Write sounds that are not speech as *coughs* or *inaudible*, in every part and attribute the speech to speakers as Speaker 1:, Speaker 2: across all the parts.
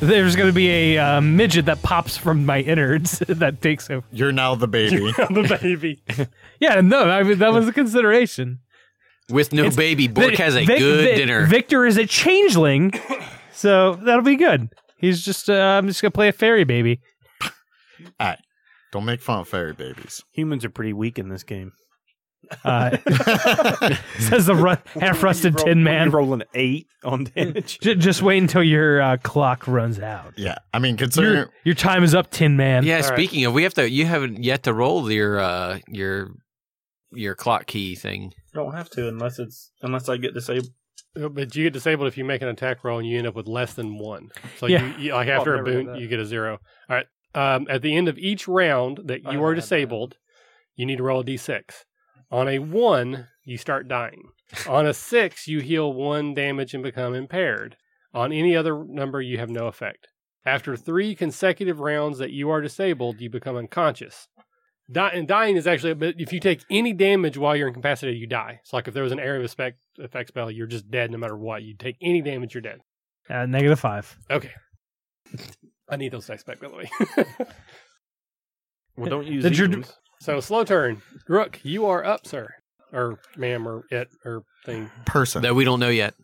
Speaker 1: There's going to be a uh, midget that pops from my innards *laughs* that takes over.
Speaker 2: You're now the baby.
Speaker 3: the baby.
Speaker 1: Yeah, no, I mean that was a consideration.
Speaker 4: With no baby, Bork has a
Speaker 1: Vic-
Speaker 4: good
Speaker 1: Vic-
Speaker 4: dinner.
Speaker 1: Victor is a changeling, *coughs* so that'll be good. He's just uh, I'm just gonna play a fairy baby.
Speaker 2: Don't make fun of fairy babies.
Speaker 3: Humans are pretty weak in this game.
Speaker 1: Uh, *laughs* says the ru- half rusted tin man.
Speaker 3: rolling an eight *laughs* on damage.
Speaker 1: J- just wait until your uh, clock runs out.
Speaker 2: yeah, I mean, considering
Speaker 1: Your, your time is up, Tin Man.
Speaker 4: yeah,
Speaker 3: All right.
Speaker 4: speaking of, we have to. You haven't yet to roll your uh your your clock key thing.
Speaker 3: Don't have to unless it's unless I get disabled.
Speaker 5: But you get disabled if you make an attack roll and you end up with less than one. So
Speaker 1: Yeah.
Speaker 5: you, you like
Speaker 3: I've
Speaker 5: after a
Speaker 3: never done
Speaker 5: boon,
Speaker 3: that.
Speaker 5: you get a zero. All right. Um, at the end of each round that
Speaker 3: I
Speaker 5: you
Speaker 3: haven't
Speaker 5: are
Speaker 3: had that.
Speaker 5: disabled, you need to roll a d6. On a one, you start dying. On a six, you heal one damage and become impaired. On any other number, you have no effect. After three consecutive rounds that you are disabled, you become unconscious. Di- and dying is actually, but if you take any damage while you're incapacitated, you die. It's like if there was an area of effect, effect spell, you're just dead no matter what. You take any damage, you're dead.
Speaker 1: Uh, negative five.
Speaker 5: Okay. *laughs* I need those dice back, by the way.
Speaker 3: Well,
Speaker 5: *laughs*
Speaker 3: don't use
Speaker 1: Did your-
Speaker 3: these.
Speaker 5: so, slow turn. Rook, you are up, sir. Or ma'am, or it, or thing.
Speaker 2: person.
Speaker 4: That we don't know yet.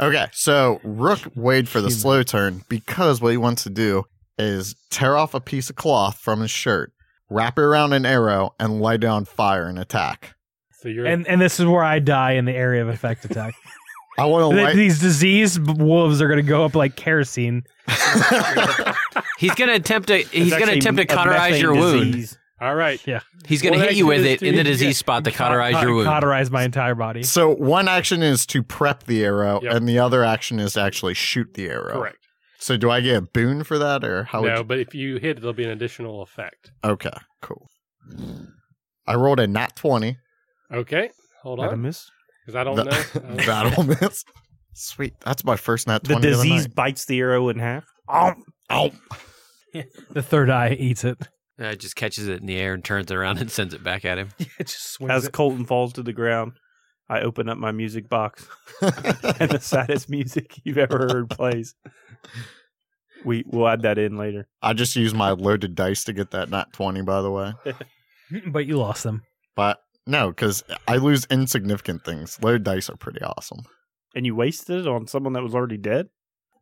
Speaker 2: Okay, so Rook waited for the slow turn because what he wants to do is tear off a piece of cloth from his shirt, wrap it around an arrow, and light it on fire and attack.
Speaker 5: So you're
Speaker 1: And and this is where I die in the area of effect attack.
Speaker 2: Oh, I want to
Speaker 1: Th-
Speaker 2: light.
Speaker 1: These diseased wolves are gonna go up like kerosene.
Speaker 4: He's gonna attempt to. He's gonna
Speaker 3: actually
Speaker 4: attempt to
Speaker 3: a
Speaker 4: cauterize your
Speaker 3: methane
Speaker 4: wound.
Speaker 3: disease.
Speaker 5: all right.
Speaker 4: He's gonna
Speaker 5: Well,
Speaker 4: hit you
Speaker 5: that
Speaker 4: with
Speaker 5: is
Speaker 4: it in the
Speaker 5: to- yeah,
Speaker 4: disease
Speaker 6: *laughs*
Speaker 4: spot to Uh, cauterize
Speaker 1: Cau-
Speaker 4: your wound.
Speaker 1: Cauterize my entire body.
Speaker 2: so one action is to prep the arrow,
Speaker 5: Yep.
Speaker 2: and the other action is to actually shoot the arrow.
Speaker 5: Correct.
Speaker 2: So do I get a boon for that, or how?
Speaker 5: No,
Speaker 2: Would
Speaker 5: but if you hit, there'll be an additional effect.
Speaker 2: you- okay, cool. I rolled a nat twenty.
Speaker 5: Okay. Hold
Speaker 3: Let
Speaker 5: on.
Speaker 3: him miss.
Speaker 5: Because I don't
Speaker 2: *laughs* Th-
Speaker 3: Oh,
Speaker 5: know. I don't-
Speaker 2: That'll miss. Sweet, that's my first nat
Speaker 3: The
Speaker 2: twenty. of
Speaker 3: disease
Speaker 2: night.
Speaker 3: bites the arrow in half. Oh,
Speaker 2: Ow.
Speaker 1: The third eye eats it.
Speaker 4: Uh, just catches it in the air and turns it around and sends it back at him.
Speaker 1: it just swings.
Speaker 3: As Colton falls to the ground, I open up my music box, and the saddest music you've ever heard plays. We will add that in later.
Speaker 2: I just used my loaded dice to get that nat 20, by the way.
Speaker 1: But you lost them.
Speaker 2: But no, because I lose insignificant things. Loaded dice are pretty awesome.
Speaker 3: And you wasted it on someone that was already dead.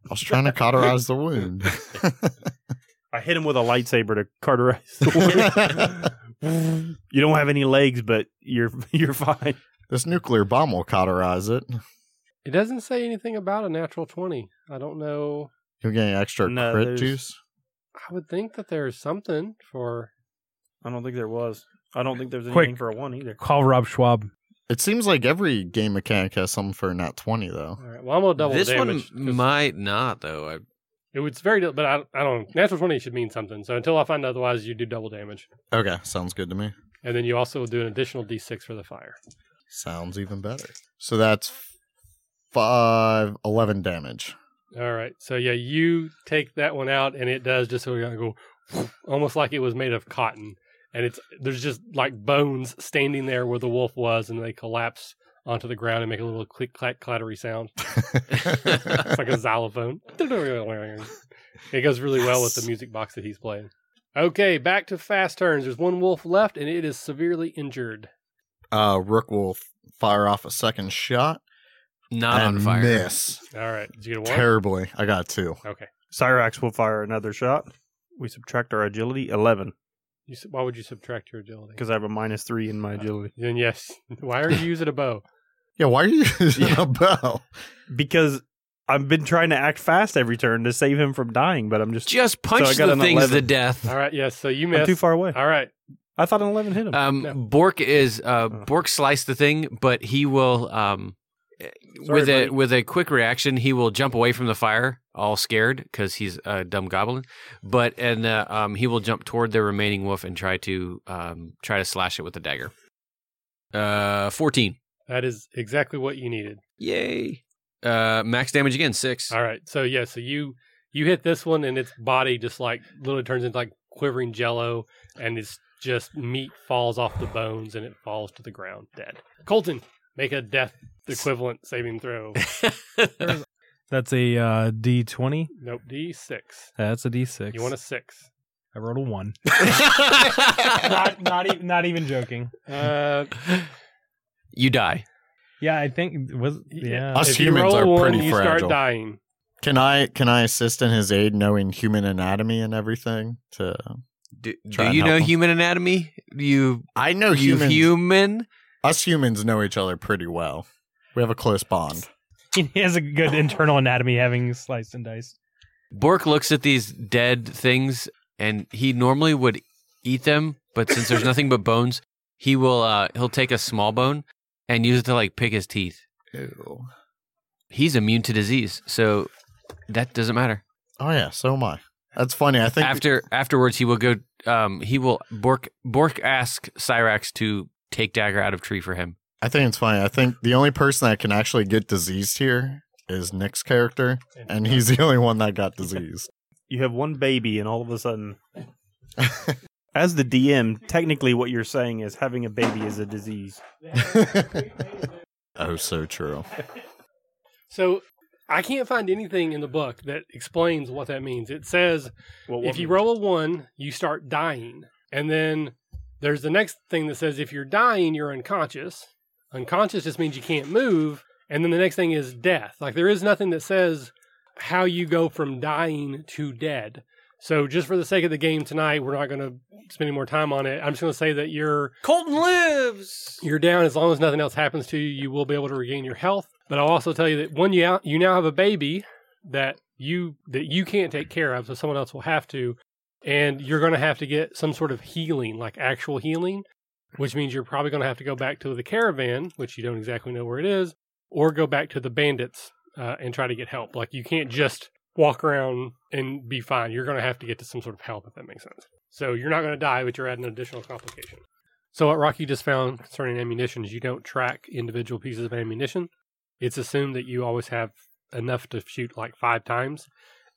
Speaker 2: I was
Speaker 3: *laughs*
Speaker 2: trying to cauterize the wound. *laughs*
Speaker 3: I hit him with a lightsaber to cauterize the wound. *laughs* you don't have any legs, but you're *laughs* you're fine.
Speaker 2: this nuclear bomb will cauterize it.
Speaker 5: it doesn't say anything about a natural 20. I don't know.
Speaker 2: You'll get any extra
Speaker 3: No,
Speaker 2: crit
Speaker 3: there's-
Speaker 2: juice.
Speaker 5: I would think that there's something for.
Speaker 3: I don't think there was. I don't think there was
Speaker 1: Quick.
Speaker 3: anything for a one either.
Speaker 1: Call Rob Schwab.
Speaker 2: It seems like every game mechanic has something for a nat 20, though.
Speaker 5: All right. Well, I'm going to double the
Speaker 4: this
Speaker 5: damage.
Speaker 4: one
Speaker 5: 'cause
Speaker 4: might not though. I,
Speaker 5: It was very, but I, I don't. Natural twenty should mean something. So until I find otherwise, you do double damage,
Speaker 2: Okay, sounds good to me.
Speaker 5: and then you also do an additional d6 for the fire.
Speaker 2: Sounds even better. So that's five, 11 damage.
Speaker 5: All right, so yeah, you take that one out, and it does just so you go, almost like it was made of cotton, and it's there's just like bones standing there where the wolf was, and they collapse onto the ground and make a little click clack clattery sound. It's like a xylophone. *laughs* it goes really well with the music box that he's playing. Okay, back to fast turns. There's one wolf left, and it is severely injured.
Speaker 2: *laughs* uh, Rook will fire off a second shot
Speaker 4: not
Speaker 2: and
Speaker 4: on fire.
Speaker 2: miss
Speaker 5: All right, did you get a one?
Speaker 2: terribly. I got two.
Speaker 5: okay.
Speaker 3: Cyrax will fire another shot. We subtract our agility eleven
Speaker 5: You, s- why would you subtract your agility?
Speaker 3: because I have a minus three in my agility.
Speaker 5: Then yes. Why are you using a bow?
Speaker 2: Yeah, why are you *laughs* using a bow?
Speaker 3: Because I've been trying to act fast every turn to save him from dying, but I'm just
Speaker 4: Just punch
Speaker 3: I got
Speaker 4: the
Speaker 3: an
Speaker 4: things
Speaker 3: 11.
Speaker 4: to death.
Speaker 5: All right. Yes. So you
Speaker 3: I'm
Speaker 5: missed.
Speaker 3: too far away.
Speaker 5: All right.
Speaker 3: I thought an eleven hit him. *laughs*
Speaker 4: Um,
Speaker 5: No.
Speaker 4: Bork is uh, Bork sliced the thing, but he will um,
Speaker 3: Sorry,
Speaker 4: with a
Speaker 3: buddy.
Speaker 4: with a quick reaction, he will jump away from the fire, all scared because he's a dumb goblin. But and uh, um, he will jump toward the remaining wolf and try to um, try to slash it with the dagger. Uh, fourteen.
Speaker 5: That is exactly what you needed.
Speaker 4: Yay. Uh, max damage again, six. *laughs*
Speaker 5: All right. So yeah. So you you hit this one, and its body just like literally turns into like quivering jello, and it's just meat falls off the bones, and it falls to the
Speaker 3: *laughs*
Speaker 5: ground dead. Colton, make a death equivalent saving throw.
Speaker 1: That's a uh, D20.
Speaker 5: Nope, D6.
Speaker 1: That's a D6.
Speaker 5: You want a 6.
Speaker 1: I rolled a one.
Speaker 6: not not even not even joking.
Speaker 5: Uh,
Speaker 4: you die.
Speaker 1: Yeah, I think it was. Yeah. *laughs*
Speaker 2: Us
Speaker 5: Uh, if you
Speaker 2: humans
Speaker 5: roll
Speaker 2: are
Speaker 5: one,
Speaker 2: pretty
Speaker 5: you
Speaker 2: fragile.
Speaker 5: start dying.
Speaker 2: Can I can I assist in his aid, knowing human anatomy and everything? To
Speaker 4: Do, do
Speaker 2: Try and
Speaker 4: you
Speaker 2: help
Speaker 4: know
Speaker 2: him.
Speaker 4: human anatomy? You
Speaker 2: I know
Speaker 4: you
Speaker 2: humans.
Speaker 4: human?
Speaker 2: us humans know each other pretty well. We have a close bond.
Speaker 6: He has a good internal anatomy, having sliced and diced.
Speaker 4: Bork looks at these dead things, and he normally would eat them, but since there's nothing but bones, he will uh, he'll take a small bone and use it to like pick his teeth.
Speaker 2: Ew.
Speaker 4: He's immune to disease, so that doesn't matter.
Speaker 2: Oh yeah, so am I. That's funny. I think
Speaker 4: After afterwards, he will go. Um, he will Bork Bork ask Cyrax to take dagger out of tree for him.
Speaker 2: I think it's funny. I think the only person that can actually get diseased here is Nick's character, and he's the only one that
Speaker 5: *laughs*
Speaker 2: got diseased.
Speaker 3: You have one baby, and all of a sudden, as the DM, technically what you're saying is having a baby is a disease.
Speaker 2: *laughs* oh, so true.
Speaker 5: So I can't find anything in the book that explains what that means. It says
Speaker 3: Well,
Speaker 5: if you roll a one, you start dying. And then there's the next thing that says if you're dying, you're unconscious. Unconscious just means you can't move. And then the next thing is death. Like there is nothing that says how you go from dying to dead. So just for the sake of the game tonight, we're not going to spend any more time on it. I'm just going to say that you're
Speaker 4: Colton lives.
Speaker 5: you're down as long as nothing else happens to you you will be able to regain your health but i'll also tell you that when you out, you now have a baby that you that you can't take care of so someone else will have to and you're going to have to get some sort of healing like actual healing which means you're probably going to have to go back to the caravan which you don't exactly know where it is or go back to the bandits uh, and try to get help like you can't just walk around and be fine you're going to have to get to some sort of help if that makes sense so you're not going to die but you're adding an additional complication so what Rocky just found concerning ammunition is you don't track individual pieces of ammunition. It's assumed that you always have enough to shoot like five times.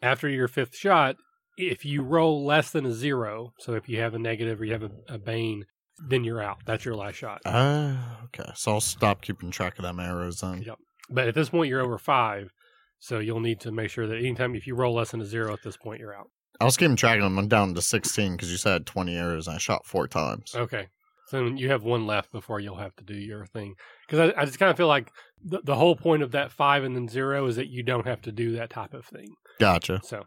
Speaker 5: After your fifth shot, if you roll less than a zero, so if you have a negative or you have a, a bane, then you're out. That's your last shot.
Speaker 2: Oh, okay. So I'll stop keeping track of them arrows then.
Speaker 5: Yep. But at this point, you're over five, so you'll need to make sure that anytime if you roll less than a zero at this point, you're out.
Speaker 2: I was keeping track of them. I'm down to 16 because you said 20 arrows and I shot four times.
Speaker 1: Oh.
Speaker 5: Okay. So then you have one left before you'll have to do your thing. Because I, I just kind of feel like the, the whole point of that five and then zero is that you don't have to do that type of thing.
Speaker 2: Gotcha.
Speaker 5: So,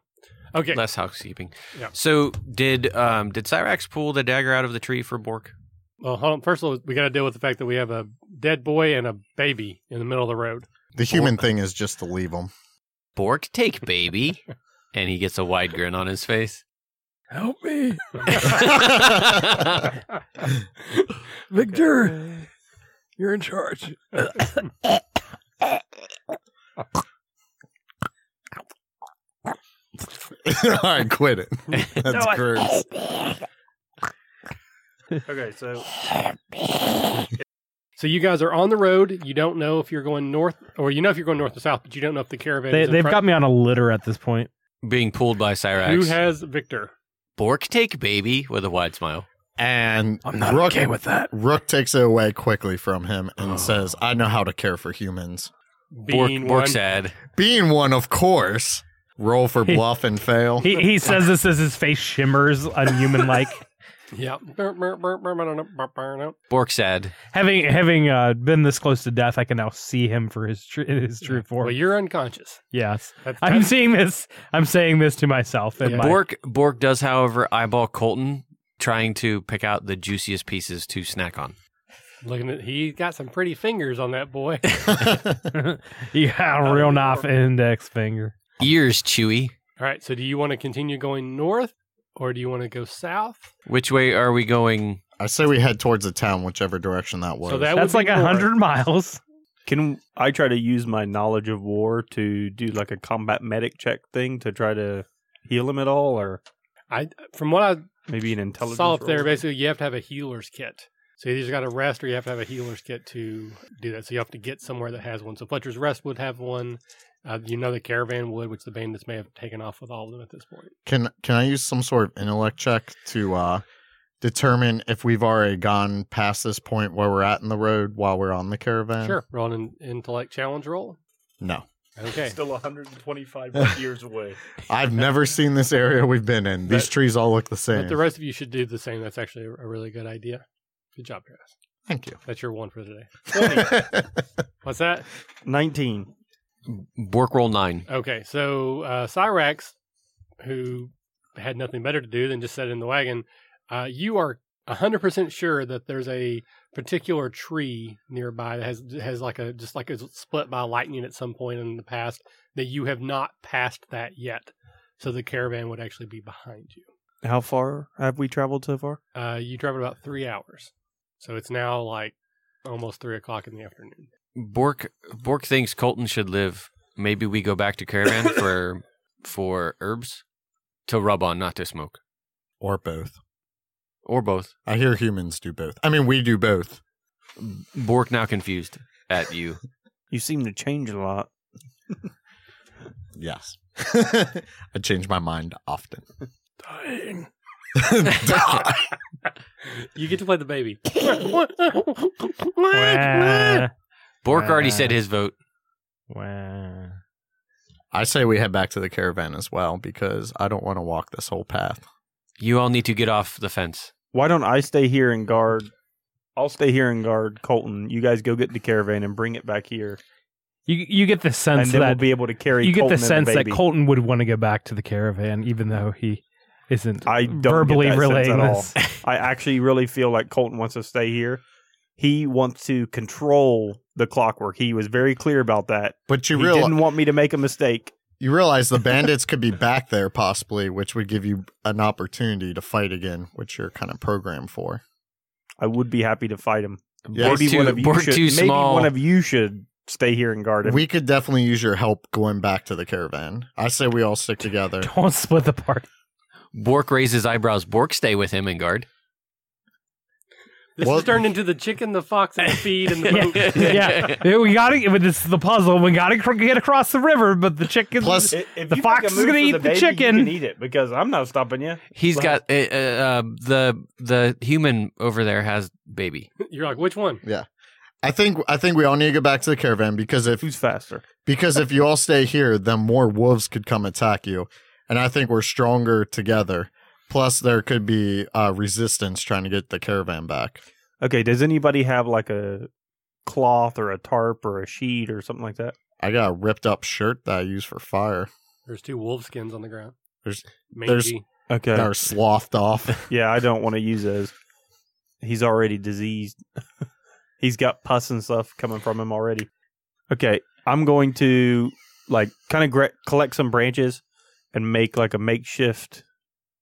Speaker 5: okay.
Speaker 4: Less housekeeping.
Speaker 5: Yeah.
Speaker 4: So did um did Cyrax pull the dagger out of the tree for Bork?
Speaker 5: Well, hold on. First of all, we got to deal with the fact that we have a dead boy and a baby in the middle of the road.
Speaker 2: The human thing is just to leave them.
Speaker 4: Bork, take baby. and he gets a wide grin on his face.
Speaker 1: Help me,
Speaker 5: Victor,
Speaker 1: You're in charge.
Speaker 2: *laughs* All right,
Speaker 1: *laughs*
Speaker 2: quit it. That's gross.
Speaker 3: Okay, so
Speaker 5: So you guys are on the road. You don't know if you're going north, or you know if you're going north or south, but you don't know if the caravan.
Speaker 1: They,
Speaker 5: is in
Speaker 1: they've got
Speaker 5: front.
Speaker 1: me on a litter at this point.
Speaker 4: Being pulled by Cyrax.
Speaker 5: Who has Victor?
Speaker 4: Bork, take baby with a wide smile.
Speaker 2: And Rook,
Speaker 1: okay with that.
Speaker 2: Rook takes it away quickly from him and
Speaker 1: *sighs*
Speaker 2: says, I know how to care for humans.
Speaker 5: Being
Speaker 4: Bork, Bork
Speaker 5: one.
Speaker 4: said,
Speaker 2: Being one, of course. Roll for bluff and fail.
Speaker 1: He he says this as his face shimmers unhuman like.
Speaker 5: *laughs* Yeah. All
Speaker 4: Bork said,
Speaker 1: having having uh, been this close to death, I can now see him for his tr- his true form.
Speaker 5: Well, you're unconscious.
Speaker 1: yes,
Speaker 5: That's,
Speaker 1: I'm seeing this. I'm saying this to myself. And
Speaker 5: Yeah.
Speaker 1: my,
Speaker 4: Bork Bork does, however, eyeball Colton trying to pick out the juiciest pieces to snack on.
Speaker 5: *laughs* looking at he got some pretty fingers on that boy.
Speaker 1: yeah, real off index finger.
Speaker 4: Ears chewy.
Speaker 5: All right. So, do you want to continue going north, or do you want to go south?
Speaker 4: Which way are we going?
Speaker 2: I say we head towards the town, whichever direction that was.
Speaker 5: So that
Speaker 1: That's
Speaker 5: would
Speaker 1: like
Speaker 5: be
Speaker 1: a
Speaker 5: north.
Speaker 1: hundred
Speaker 3: *laughs*
Speaker 1: miles.
Speaker 3: can I try to use my knowledge of war to do like a combat medic check thing to try to heal him at all, or
Speaker 5: I from what I
Speaker 3: maybe an intelligence?
Speaker 5: saw up there,
Speaker 3: roll?
Speaker 5: basically you have to have a healer's kit. So you either got to rest, or you have to have a healer's kit to do that. So you have to get somewhere that has one. So Fletcher's Rest would have one. Uh, you know the caravan would, which the bandits may have taken off with all of them at this point.
Speaker 2: Can can I use some sort of intellect check to uh, determine if we've already gone past this point where we're at in the road while we're on the caravan?
Speaker 5: Sure, roll an in- intellect challenge roll.
Speaker 2: No.
Speaker 5: Okay.
Speaker 7: Still 125 *laughs* years away.
Speaker 2: I've never seen this area we've been in. These
Speaker 5: But-
Speaker 2: trees all look the same.
Speaker 5: But the rest of you should do the same. That's actually a a really good idea. Good job, guys.
Speaker 2: Thank you.
Speaker 5: That's your one for today.
Speaker 2: Thank
Speaker 5: What's that?
Speaker 3: 19.
Speaker 4: Bork roll nine.
Speaker 5: Okay, so uh, Cyrax, who had nothing better to do than just sit in the wagon, uh, you are hundred percent sure that there's a particular tree nearby that has has like a just like is split by lightning at some point in the past that you have not passed that yet. So the caravan would actually be behind you.
Speaker 3: How far have we traveled so far?
Speaker 5: Uh, you traveled about three hours, so it's now like almost three o'clock in the afternoon.
Speaker 4: Bork Bork thinks Colton should live. Maybe we go back
Speaker 3: *coughs*
Speaker 4: to caravan for for herbs to rub on, not to smoke,
Speaker 2: *laughs* or both.
Speaker 4: or both.
Speaker 2: I hear humans do both. I mean, we do both.
Speaker 4: Bork now confused at you.
Speaker 3: You seem to change a lot.
Speaker 2: Yes. *laughs* I change my mind
Speaker 5: *laughs*
Speaker 2: often. *laughs*
Speaker 5: Dang.
Speaker 2: Die.
Speaker 5: You get to play the baby.
Speaker 6: Wah,
Speaker 4: Bork already
Speaker 6: Uh.
Speaker 4: said his vote.
Speaker 6: wah.
Speaker 2: I say we head back to the caravan as well because I don't want to walk this whole path.
Speaker 4: You all need to get off the fence.
Speaker 3: Why don't I stay here and guard? I'll stay here and guard Colton. You guys go get the caravan and bring it back here,
Speaker 1: You you get the sense
Speaker 3: and then we'll
Speaker 1: that
Speaker 3: be able to carry.
Speaker 1: you get
Speaker 3: Colton
Speaker 1: the
Speaker 3: and
Speaker 1: sense that
Speaker 3: baby.
Speaker 1: Colton would want to go back to the caravan, even though he isn't
Speaker 3: I don't get
Speaker 1: verbally
Speaker 3: that sense
Speaker 1: relaying
Speaker 3: at all.
Speaker 1: this. *laughs*
Speaker 3: I actually really feel like Colton wants to stay here. He wants to control the clockwork. He was very clear about that.
Speaker 2: But you
Speaker 3: he
Speaker 2: realize
Speaker 3: didn't want me to make a mistake.
Speaker 2: you realize the bandits could be back there possibly, which would give you an opportunity to fight again, which you're kind of programmed for.
Speaker 3: I would be happy to fight him.
Speaker 2: Yeah.
Speaker 4: Bork
Speaker 3: maybe
Speaker 4: too,
Speaker 3: one of you
Speaker 4: Bork
Speaker 3: should.
Speaker 4: too
Speaker 3: Maybe
Speaker 4: small.
Speaker 3: one of you should stay here and guard him.
Speaker 2: We could definitely use your help going back to the caravan. I say we all stick together.
Speaker 1: Don't split the party.
Speaker 4: Bork raises eyebrows. Bork stay with him and
Speaker 3: *laughs*
Speaker 4: guard.
Speaker 5: This
Speaker 2: Well-
Speaker 5: has turned into the chicken, the fox, and the feed, and the
Speaker 4: *laughs*
Speaker 5: boat.
Speaker 1: yeah, Yeah, we got to. This is the puzzle. We got to get across the river, but the chicken. *laughs*
Speaker 2: Plus,
Speaker 3: I- if
Speaker 1: The
Speaker 3: you
Speaker 1: fox
Speaker 3: make a
Speaker 1: is
Speaker 3: move
Speaker 1: gonna
Speaker 3: for
Speaker 1: eat the
Speaker 3: baby,
Speaker 1: chicken.
Speaker 3: You can eat it because I'm not stopping you.
Speaker 4: He's
Speaker 3: Well-
Speaker 4: got uh, uh, um, the the human over there has baby.
Speaker 5: You're like, which one?
Speaker 2: I think I think we all need to go back to the caravan because if
Speaker 3: Who's faster?
Speaker 2: because if you all stay here, then more wolves could come attack you, and I think we're stronger together. Plus, there could be uh, resistance trying to get the caravan back.
Speaker 3: Okay, does anybody have like a cloth or a tarp or a sheet or something like that?
Speaker 2: I got a ripped up shirt that I use for fire.
Speaker 5: There's two wolf skins on the ground.
Speaker 2: There's-
Speaker 5: Mangy.
Speaker 3: Okay.
Speaker 2: That are slothed
Speaker 3: *laughs*
Speaker 2: off.
Speaker 3: Yeah, I don't want to use those. He's already *laughs* diseased. He's got pus and stuff coming from him already. Okay, I'm going to like kind of gra- collect some branches and make like a makeshift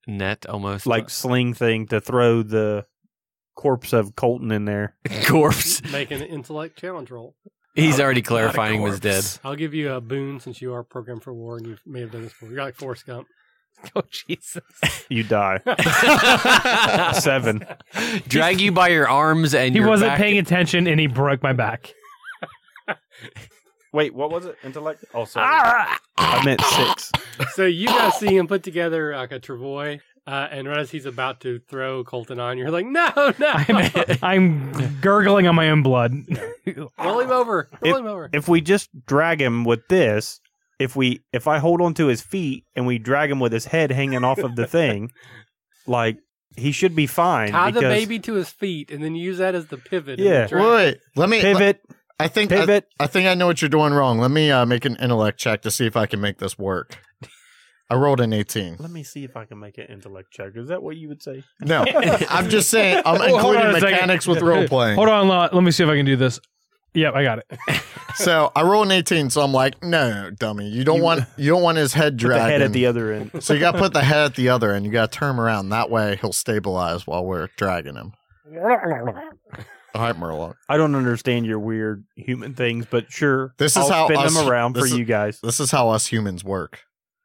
Speaker 4: Net almost
Speaker 3: like sling thing to throw the corpse of Colton in there.
Speaker 4: *laughs* corpse.
Speaker 5: *laughs* Make an intellect challenge roll.
Speaker 4: He's already clarifying was dead.
Speaker 5: I'll give you a boon since you are programmed for war and you may have done this before. You're like Forrest Gump.
Speaker 1: oh Jesus!
Speaker 3: You *laughs* die. *laughs*
Speaker 4: *laughs*
Speaker 3: Seven.
Speaker 4: Drag you by your arms and
Speaker 1: He
Speaker 4: your
Speaker 1: wasn't
Speaker 4: back.
Speaker 1: paying attention, and he broke my back.
Speaker 3: Wait, what was it? Intellect? Oh, sorry.
Speaker 1: Ah!
Speaker 3: I meant six.
Speaker 5: So you guys see him put together like a travoy, uh, and right as he's about to throw Colton on, you're like, no, no.
Speaker 1: I'm, *laughs* I'm gurgling on my own blood.
Speaker 5: roll him over. Roll him over.
Speaker 3: if we just drag him with this, if we if I hold onto his feet and we drag him with his head hanging off *laughs* of the thing, like he should be fine.
Speaker 5: Tie the
Speaker 3: because,
Speaker 5: baby to his feet and then use that as the pivot. in
Speaker 3: Yeah.
Speaker 5: the track.
Speaker 2: Wait, let me.
Speaker 3: Pivot,
Speaker 2: I think I-
Speaker 3: pivot.
Speaker 2: I think I know what you're doing wrong. Let me uh, make an intellect check to see if I can make this work. I rolled an 18.
Speaker 3: Let me see if I can make an intellect check. Is that what you would say?
Speaker 2: No, I'm just saying I'm
Speaker 1: Hold on
Speaker 2: including
Speaker 1: a second.
Speaker 2: mechanics with role playing.
Speaker 1: Hold on,
Speaker 6: uh,
Speaker 1: let let me see if I can do this. Yep, I got it.
Speaker 2: So I rolled an 18, so I'm like, no, dummy, you don't
Speaker 3: You-
Speaker 2: want you don't want his head
Speaker 3: Put the
Speaker 2: dragging.
Speaker 3: head at the other end.
Speaker 2: so you got to put the head at the other end. You got to turn him around. That way he'll stabilize while we're dragging him. All right, Murloc.
Speaker 3: *laughs* I don't understand your weird human things, but sure.
Speaker 2: This is
Speaker 3: I'll
Speaker 2: how
Speaker 3: spin
Speaker 2: us-
Speaker 3: them around for
Speaker 2: this is-
Speaker 3: you guys.
Speaker 2: This is how us humans work.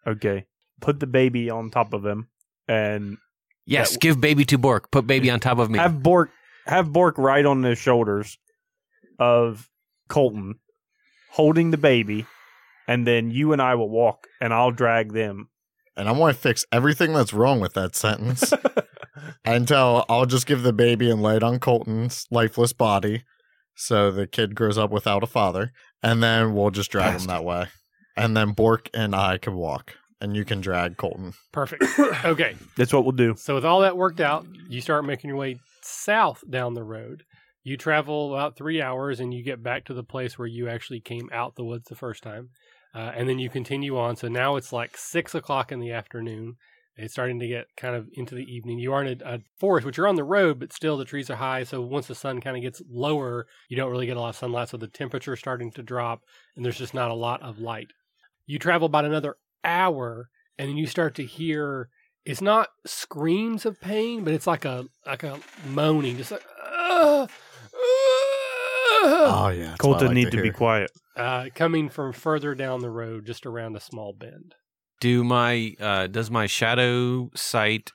Speaker 3: Okay. Put the baby on top of him and
Speaker 4: Yes, give baby to Bork. Put baby on top of me.
Speaker 3: have Bork have Bork right on the shoulders of Colton, holding the baby, and then you and I will walk, and I'll drag them.
Speaker 2: And I want to fix everything that's wrong with that
Speaker 3: *laughs*
Speaker 2: sentence until I'll just give the baby and lay it on Colton's lifeless body so the kid grows up without a father. And then we'll just drag him that way. and then Bork and I can walk, and you can drag Colton.
Speaker 5: Perfect. okay.
Speaker 3: That's what we'll do.
Speaker 5: So with all that worked out, you start making your way south down the road. You travel about three hours and you get back to the place where you actually came out the woods the first time, uh, and then you continue on. So now it's like six o'clock in the afternoon. It's starting to get kind of into the evening. You are in a, a forest, which you're on the road, but still the trees are high. So once the sun kind of gets lower, you don't really get a lot of sunlight. So the temperature's starting to drop, and there's just not a lot of light. You travel about another hour, and then you start to hear it's not screams of pain, but it's like a like a moaning, just like. "Ah, ah,"
Speaker 2: Oh yeah, that's what I
Speaker 3: Colton
Speaker 2: like
Speaker 3: need to, be
Speaker 2: hear.
Speaker 3: quiet.
Speaker 5: Uh, coming from further down the road, just around a small bend.
Speaker 4: Do my uh, does my shadow sight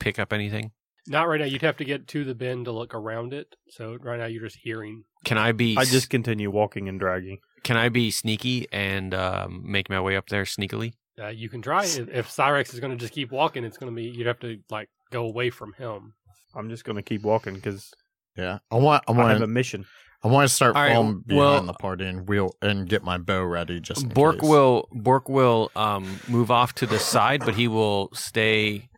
Speaker 4: pick up anything?
Speaker 5: Not right now. You'd have to get to the bend to look around it. So right now you're just hearing.
Speaker 4: Can I be
Speaker 3: I just continue walking and dragging.
Speaker 4: can I be sneaky and um, make my way up there sneakily?
Speaker 5: Uh, you can try it. if Cyrex is going to just keep walking. It's going to be you'd have to like go away from him.
Speaker 3: I'm just going to keep walking because
Speaker 2: Yeah, I want, I
Speaker 3: I have
Speaker 2: want,
Speaker 3: a mission.
Speaker 2: I want to start
Speaker 4: All right,
Speaker 2: falling behind
Speaker 4: well-
Speaker 2: the party and wheel and get my bow ready. Just in
Speaker 4: Bork
Speaker 2: case. *laughs*
Speaker 4: will Bork will um, move off to the side, but he will stay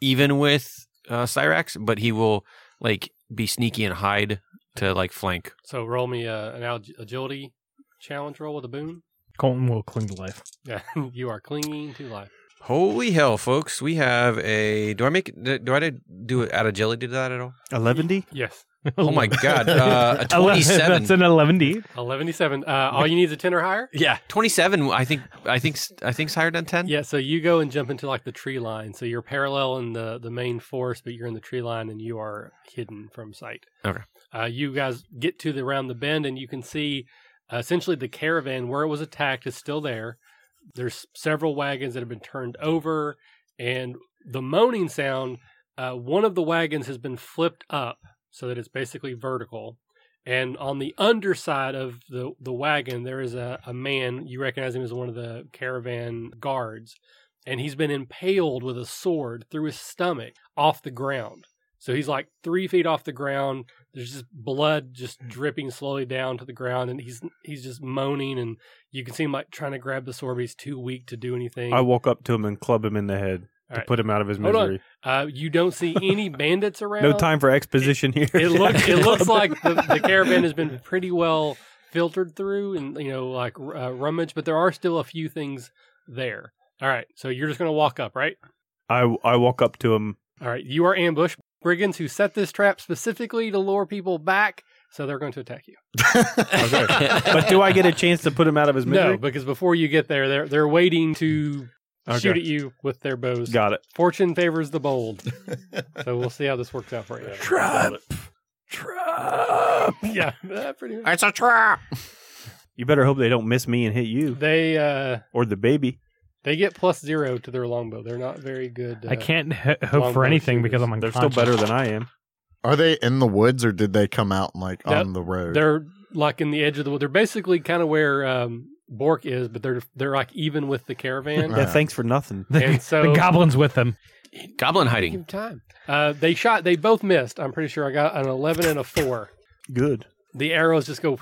Speaker 4: even with uh, Cyrax, but he will like be sneaky and hide to like flank.
Speaker 5: So roll me a, an ag- agility challenge roll with a boon. *laughs*
Speaker 6: Colton will cling to life. *laughs*
Speaker 5: Yeah, you are clinging to life.
Speaker 4: Holy hell, folks! We have a. Do I make? Do I do it out of jelly? Did that at all?
Speaker 3: 11D?
Speaker 5: Yes,
Speaker 4: Oh my
Speaker 6: *laughs*
Speaker 4: god! Uh, a
Speaker 6: 11
Speaker 4: twenty-seven.
Speaker 6: That's an 11D.
Speaker 5: eleven-seven. Uh, all you need is a ten or higher.
Speaker 4: *laughs* yeah, twenty-seven. I think. I think. I think's higher than ten.
Speaker 5: Yeah, so you go and jump into like the tree line. So you're parallel in the the main forest, but you're in the tree line and you are hidden from sight.
Speaker 4: Okay.
Speaker 5: Uh, you guys get to the around the bend and you can see uh, essentially the caravan where it was attacked is still there. There's several wagons that have been turned over, and the moaning sound. Uh, one of the wagons has been flipped up so that it's basically vertical. And on the underside of the, the wagon, there is a, a man. You recognize him as one of the caravan guards. And he's been impaled with a sword through his stomach off the ground. So he's like three feet off the ground. There's just blood just
Speaker 3: Hmm.
Speaker 5: dripping slowly down to the ground. And he's he's just moaning. And you can see him like trying to grab the sword, but he's too weak to do anything.
Speaker 3: I walk up to him and club him in the head
Speaker 5: All
Speaker 3: to
Speaker 5: right.
Speaker 3: put him out of his
Speaker 5: Hold on.
Speaker 3: misery.
Speaker 5: uh, you don't see any bandits around.
Speaker 3: No time for exposition *laughs* here.
Speaker 5: It looks it looks like the, the caravan has been pretty well filtered through and you know like uh, rummaged, but there are still a few things there. All right, so you're just gonna walk up, right?
Speaker 3: I, I walk up to him.
Speaker 5: All right, you are ambushed brigands who set this trap specifically to lure people back, so they're going to attack you.
Speaker 3: *laughs* But do I get a chance to put him out of his
Speaker 5: No,
Speaker 3: misery?
Speaker 5: because before you get there, they're they're waiting to
Speaker 3: Okay.
Speaker 5: shoot at you with their bows.
Speaker 3: Got it.
Speaker 5: Fortune favors
Speaker 3: *laughs*
Speaker 5: the bold, so we'll see how this works out for you.
Speaker 3: Trap. Trap.
Speaker 5: *laughs* Yeah, that pretty
Speaker 2: *laughs*
Speaker 5: much.
Speaker 2: It's a trap.
Speaker 3: You better hope they don't miss me and hit you
Speaker 5: They uh
Speaker 3: or the baby.
Speaker 5: They get plus zero to their longbow. They're not very good. Uh,
Speaker 6: I can't h- hope
Speaker 5: Longbow
Speaker 6: for anything because
Speaker 5: shooters.
Speaker 6: I'm
Speaker 3: They're
Speaker 6: unconscious.
Speaker 3: still better than I am.
Speaker 2: Are they in the woods or did they come out like
Speaker 5: No,
Speaker 2: on the road?
Speaker 5: They're like in the edge of the. wood. They're basically kind of where um, Bork is, but they're they're like even with the *laughs* caravan.
Speaker 2: Right.
Speaker 3: Yeah, thanks for nothing.
Speaker 5: and so
Speaker 6: the goblins with them.
Speaker 4: Goblin
Speaker 5: Give
Speaker 4: hiding.
Speaker 5: him time. Uh, they shot. They both missed. I'm pretty sure I got an eleven and a four.
Speaker 3: Good.
Speaker 5: The arrows just go.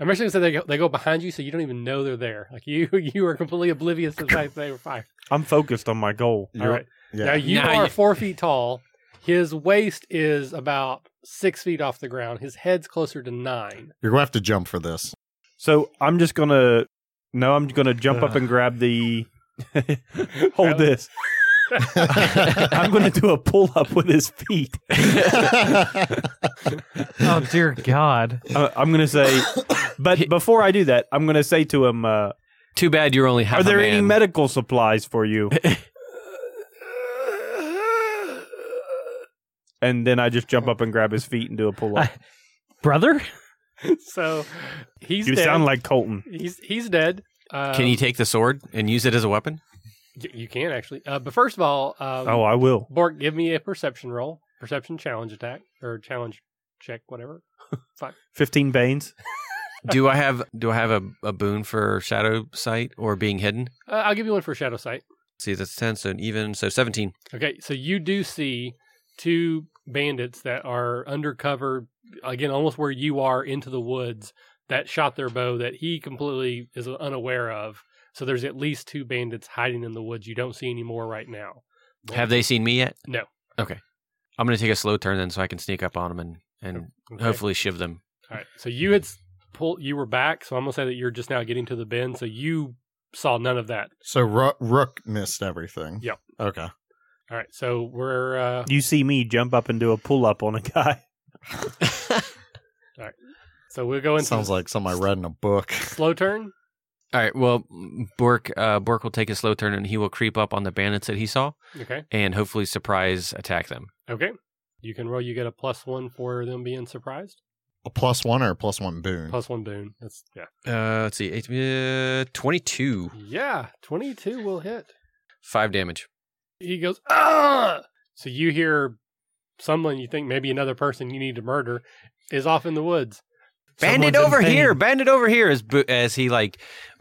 Speaker 5: I'm actually gonna say they go, they go behind you, so you don't even know they're there. Like you, *laughs* you are completely oblivious to the fact that they were fired.
Speaker 3: I'm focused on my goal.
Speaker 5: All right.
Speaker 2: yeah.
Speaker 5: Now you
Speaker 4: Now
Speaker 5: are
Speaker 4: you-
Speaker 5: four feet tall. His waist is about six feet off the ground. His head's closer to nine.
Speaker 2: You're gonna have to jump for this.
Speaker 3: So I'm just gonna no, I'm gonna jump up and grab the hold this. I'm gonna do a pull up with his feet.
Speaker 6: *laughs* Oh dear God!
Speaker 3: Uh, I'm gonna say, but before I do that, I'm gonna say to him, uh,
Speaker 4: Too bad you're only half.
Speaker 3: "Are there
Speaker 4: a
Speaker 3: any
Speaker 4: man.
Speaker 3: medical supplies for you?" and then I just jump up and grab his feet and do a pull up.
Speaker 6: Brother,
Speaker 5: So he's
Speaker 3: You
Speaker 5: dead.
Speaker 3: sound like Colton.
Speaker 5: he's he's dead. Uh,
Speaker 4: Can you take the sword and use it as a weapon?
Speaker 5: y- you can actually. Uh, but first of all, um,
Speaker 3: Oh, I will.
Speaker 5: Bork, give me a perception roll, perception challenge attack or challenge check, whatever.
Speaker 3: Fifteen veins.
Speaker 4: Do I have do I have a, a boon for shadow sight or being hidden?
Speaker 5: Uh, I'll give you one for shadow sight.
Speaker 4: See, that's ten, so even so seventeen.
Speaker 5: Okay, so you do see two bandits that are undercover again, almost where you are into the woods that shot their bow that he completely is unaware of. So there's at least two bandits hiding in the woods. You don't see any more right now. But-
Speaker 4: Have they seen me yet?
Speaker 5: No.
Speaker 4: Okay. I'm going to take a slow turn then so I can sneak up on them and, and
Speaker 5: Okay.
Speaker 4: hopefully shiv them.
Speaker 5: All right. So you had s- pull. You were back. So I'm gonna say that you're just now getting to the bend. So you saw none of that.
Speaker 2: So Ro- Rook missed everything.
Speaker 5: Yep.
Speaker 2: Okay.
Speaker 5: All right. So we're. Uh,
Speaker 3: You see me jump up and do a pull up on a guy.
Speaker 5: so we'll go into
Speaker 2: Sounds like something I read in a book.
Speaker 5: slow turn.
Speaker 4: All right. Well, Bork uh, Bork will take a slow turn and he will creep up on the bandits that he saw
Speaker 5: Okay.
Speaker 4: and hopefully surprise attack them.
Speaker 5: Okay. You can roll. You get a plus one for them being surprised.
Speaker 2: A plus one or a plus one boon.
Speaker 5: Plus one boon. That's yeah.
Speaker 4: Uh, let's see, eight, uh, twenty-two,
Speaker 5: Yeah. Twenty two will hit.
Speaker 4: five damage.
Speaker 5: he goes, ah! So you hear someone you think maybe another person you need to murder is off in the woods.
Speaker 4: Bandit
Speaker 6: Someone's in
Speaker 4: over
Speaker 6: pain.
Speaker 4: here! Bandit over here! As bo- as he like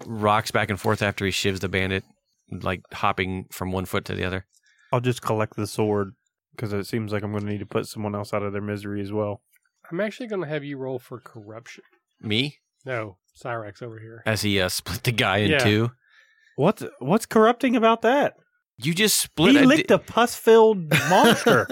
Speaker 4: rocks back and forth after he shivs the bandit, like hopping from one foot to the other.
Speaker 3: I'll just collect the sword because it seems like I'm going to need to put someone else out of their misery as well.
Speaker 5: I'm actually going to have you roll for corruption.
Speaker 4: Me
Speaker 5: No, Cyrex over here.
Speaker 4: as he uh, split the guy in
Speaker 5: Yeah.
Speaker 4: two.
Speaker 3: What's what's corrupting about that?
Speaker 4: You just split.
Speaker 3: he
Speaker 4: I
Speaker 3: licked
Speaker 4: di-
Speaker 3: a pus filled
Speaker 4: *laughs*
Speaker 3: monster.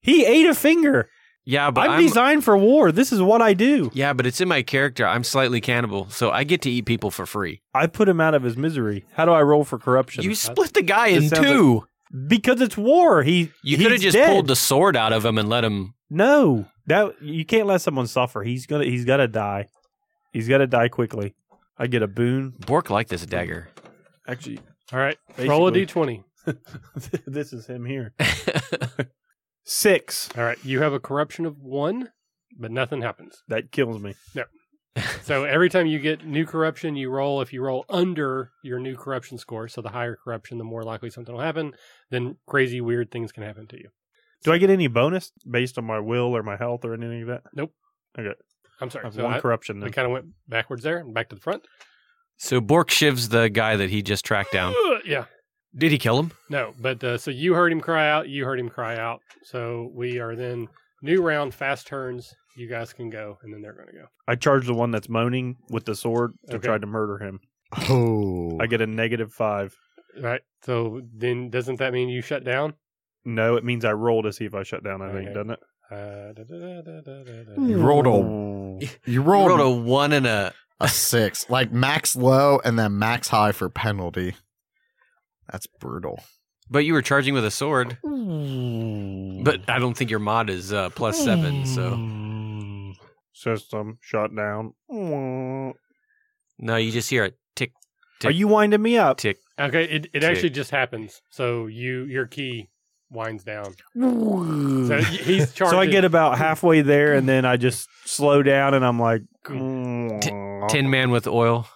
Speaker 3: he ate a finger.
Speaker 4: yeah, but
Speaker 3: I'm,
Speaker 4: I'm,
Speaker 3: designed for war. This is what I do.
Speaker 4: yeah, but it's in my character. I'm slightly cannibal, so I get to eat people for free.
Speaker 3: I put him out of his misery. How do I roll for corruption?
Speaker 4: You split the guy
Speaker 3: This
Speaker 4: in
Speaker 3: sounds like-
Speaker 4: two.
Speaker 3: because it's war. He
Speaker 4: you could have
Speaker 3: he's
Speaker 4: just
Speaker 3: dead.
Speaker 4: pulled the sword out of him and let him.
Speaker 3: No, that you can't let someone suffer. He's gonna. He's gotta die. He's gotta die quickly. I get a boon.
Speaker 4: Bork liked this dagger. *laughs*
Speaker 3: Actually,
Speaker 5: All right, roll a d20.
Speaker 3: *laughs* this is him
Speaker 4: *laughs*
Speaker 3: here. Six.
Speaker 5: All right, you have a corruption of one, but nothing happens.
Speaker 3: That kills me.
Speaker 5: So every time you get new corruption, you roll. If you roll under your new corruption score, so the higher corruption, the more likely something will happen. Then crazy, weird things can happen to you.
Speaker 3: Do I get any bonus based on my will or my health or anything like that?
Speaker 5: I'm
Speaker 3: I
Speaker 5: sorry.
Speaker 3: have
Speaker 5: So
Speaker 3: one
Speaker 5: I,
Speaker 3: corruption.
Speaker 5: we
Speaker 3: Then.
Speaker 5: kind of went backwards there and back to the front.
Speaker 4: So Bork shivs the guy that he just tracked down.
Speaker 5: yeah.
Speaker 4: Did he kill him?
Speaker 5: No, but uh, so you heard him cry out. You heard him cry out. So we are then new round, fast turns. You guys can go, and then they're going to go.
Speaker 3: I charge the one that's moaning with the sword to
Speaker 5: Okay.
Speaker 3: try to murder him.
Speaker 2: Oh.
Speaker 3: I get a negative five.
Speaker 5: Right. So then, doesn't that mean you shut down?
Speaker 3: No, it means I roll to see if I shut down. I think
Speaker 5: Okay.
Speaker 3: doesn't it?
Speaker 5: Uh, da, da, da, da, da, da, da.
Speaker 4: Hmm.
Speaker 2: you rolled a you
Speaker 4: Rolled,
Speaker 2: rolled,
Speaker 4: a one and a.
Speaker 2: a six, like max low and then max high for penalty. That's brutal.
Speaker 4: But you were charging with a sword. But I don't think your mod is uh, plus seven.
Speaker 3: Mm.
Speaker 4: So
Speaker 3: Hmm. System shut down. Are
Speaker 4: no, you just hear a tick, tick,
Speaker 3: you winding me up?
Speaker 4: tick.
Speaker 5: Okay. It
Speaker 4: Sick.
Speaker 5: it actually just happens. So you your key winds down. So y- he's
Speaker 3: *laughs*
Speaker 5: charged.
Speaker 3: So I get about halfway there, and then I just slow down, and I'm like, "Hmm."
Speaker 4: Tin man with oil.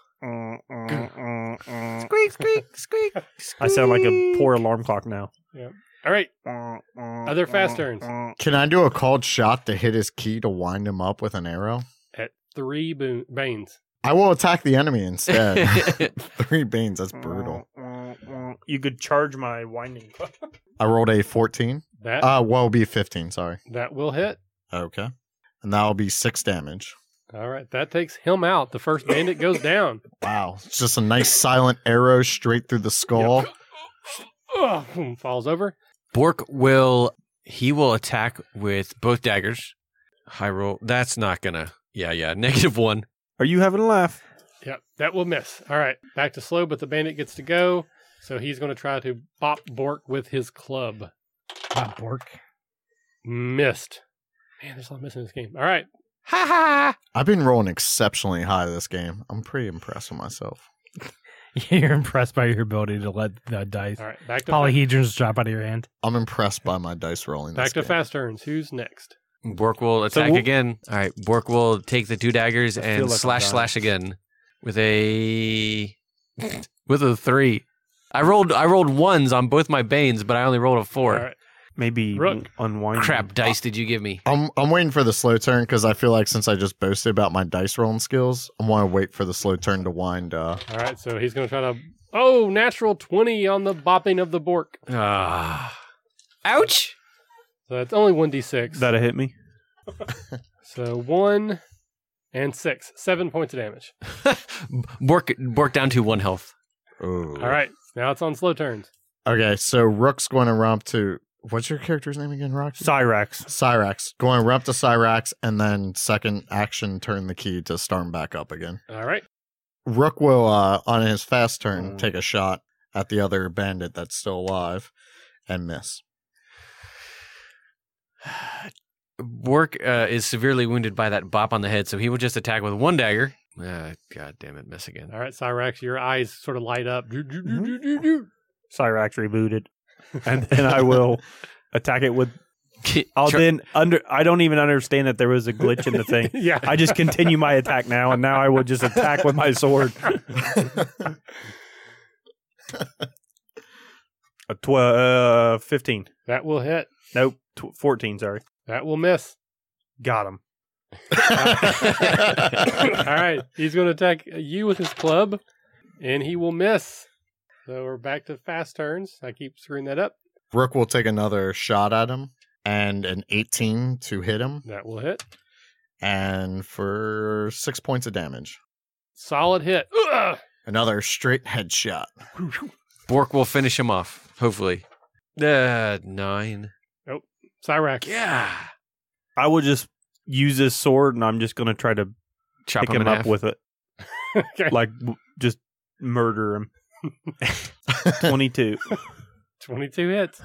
Speaker 3: squeak, squeak, squeak. I sound like a
Speaker 4: *laughs*
Speaker 3: poor alarm clock now.
Speaker 5: All right.
Speaker 3: *laughs*
Speaker 5: Other fast turns
Speaker 2: Can I do a called shot to hit his key to wind him up with an arrow?
Speaker 5: at three boon- banes.
Speaker 2: I will attack the enemy instead.
Speaker 4: *laughs*
Speaker 2: *laughs* Three beans, that's brutal.
Speaker 3: You could charge my winding clock.
Speaker 2: I rolled a 14.
Speaker 5: That
Speaker 2: Uh, well, it'll be 15, sorry.
Speaker 5: that will hit.
Speaker 2: Okay. And that'll be six damage.
Speaker 5: All right. That takes him out. The first bandit
Speaker 3: *laughs*
Speaker 5: goes down.
Speaker 2: Wow. It's just a nice silent arrow straight through the skull.
Speaker 5: *laughs* Ugh, falls over.
Speaker 4: Bork will he will attack with both daggers. High roll. That's not gonna. Yeah, yeah. *laughs* Negative one.
Speaker 3: Are you having a laugh?
Speaker 5: Yep, that will miss. All right, back to slow, but the bandit gets to go. So he's going to try to bop Bork with his club.
Speaker 6: Ah, Bork.
Speaker 5: Missed. Man, there's a lot missing in this game. All right,
Speaker 4: Ha ha.
Speaker 2: I've been rolling exceptionally high this game. I'm pretty impressed with myself.
Speaker 6: *laughs* You're impressed by your ability to let the dice
Speaker 5: all right, back to fa-
Speaker 6: polyhedrons drop out of your hand.
Speaker 2: I'm impressed by my dice rolling.
Speaker 5: back
Speaker 2: this
Speaker 5: to
Speaker 2: game.
Speaker 5: fast turns. Who's next?
Speaker 4: Bork will attack
Speaker 3: we'll-
Speaker 4: again. All right, Bork will take the two daggers
Speaker 3: I feel
Speaker 4: and
Speaker 3: like I'm
Speaker 4: slash
Speaker 3: dying.
Speaker 4: slash again
Speaker 3: *laughs*
Speaker 4: with a with a three. I rolled I rolled ones on both my banes, but I only rolled a four.
Speaker 5: All right,
Speaker 3: Maybe
Speaker 5: Rook.
Speaker 3: unwind.
Speaker 4: Crap dice! Did you give me?
Speaker 2: I'm I'm waiting for the slow turn because I feel like since I just boasted about my dice rolling skills, I want to wait for the slow turn to wind. Uh,
Speaker 5: all right. So he's going to try to. Oh, natural twenty on the bopping of the Bork.
Speaker 4: Ah. ouch! *laughs*
Speaker 5: So that's only one d six.
Speaker 3: That'll hit me.
Speaker 5: So one and six, seven points of damage.
Speaker 4: Bork Bork down to one health.
Speaker 5: All right, now it's on slow turns.
Speaker 2: Okay, so Rook's going to romp to what's your character's name again, Rock?
Speaker 3: Cyrax.
Speaker 2: Cyrax. Going romp to Cyrax and then second action turn the key to storm back up again.
Speaker 5: All right,
Speaker 2: Rook will uh, on his fast turn
Speaker 3: Mm.
Speaker 2: take a shot at the other bandit that's still alive and
Speaker 3: *laughs*
Speaker 2: miss.
Speaker 4: Bork uh, is severely wounded by that bop on the head, so he will just attack with one dagger. Ah, God damn it, miss again.
Speaker 5: all right, Cyrax, your eyes sort of light up. Do, do, do,
Speaker 3: Mhm.
Speaker 5: do, do, do.
Speaker 3: Cyrax *laughs* rebooted, and then I will attack it with. I'll
Speaker 4: Char-
Speaker 3: then under. I don't even understand that there was a glitch in the thing.
Speaker 5: *laughs* yeah,
Speaker 3: I just continue my attack now, and now I will just attack with my sword. A tw- uh, 15.
Speaker 5: that will hit.
Speaker 3: Nope. Tw- 14, sorry.
Speaker 5: That will miss.
Speaker 3: Got him.
Speaker 5: All right, he's going to attack you with his club, and he will miss. So we're back to fast turns. I keep screwing that up.
Speaker 2: Rook will take another shot at him and an 18 to hit him
Speaker 5: That will hit.
Speaker 2: and for 6 points of damage.
Speaker 5: Solid hit. Ugh!
Speaker 2: Another straight headshot.
Speaker 3: *laughs*
Speaker 4: Bork will finish him off, hopefully. Uh, nine.
Speaker 5: Cyrax.
Speaker 4: Yeah.
Speaker 3: I will just use this sword, and I'm just going to try to
Speaker 4: Chop
Speaker 3: pick him,
Speaker 4: in
Speaker 3: up
Speaker 4: half. *laughs*
Speaker 3: with it.
Speaker 5: *laughs* Okay.
Speaker 3: Like, w- just murder him. 22. *laughs*
Speaker 5: 22 hits.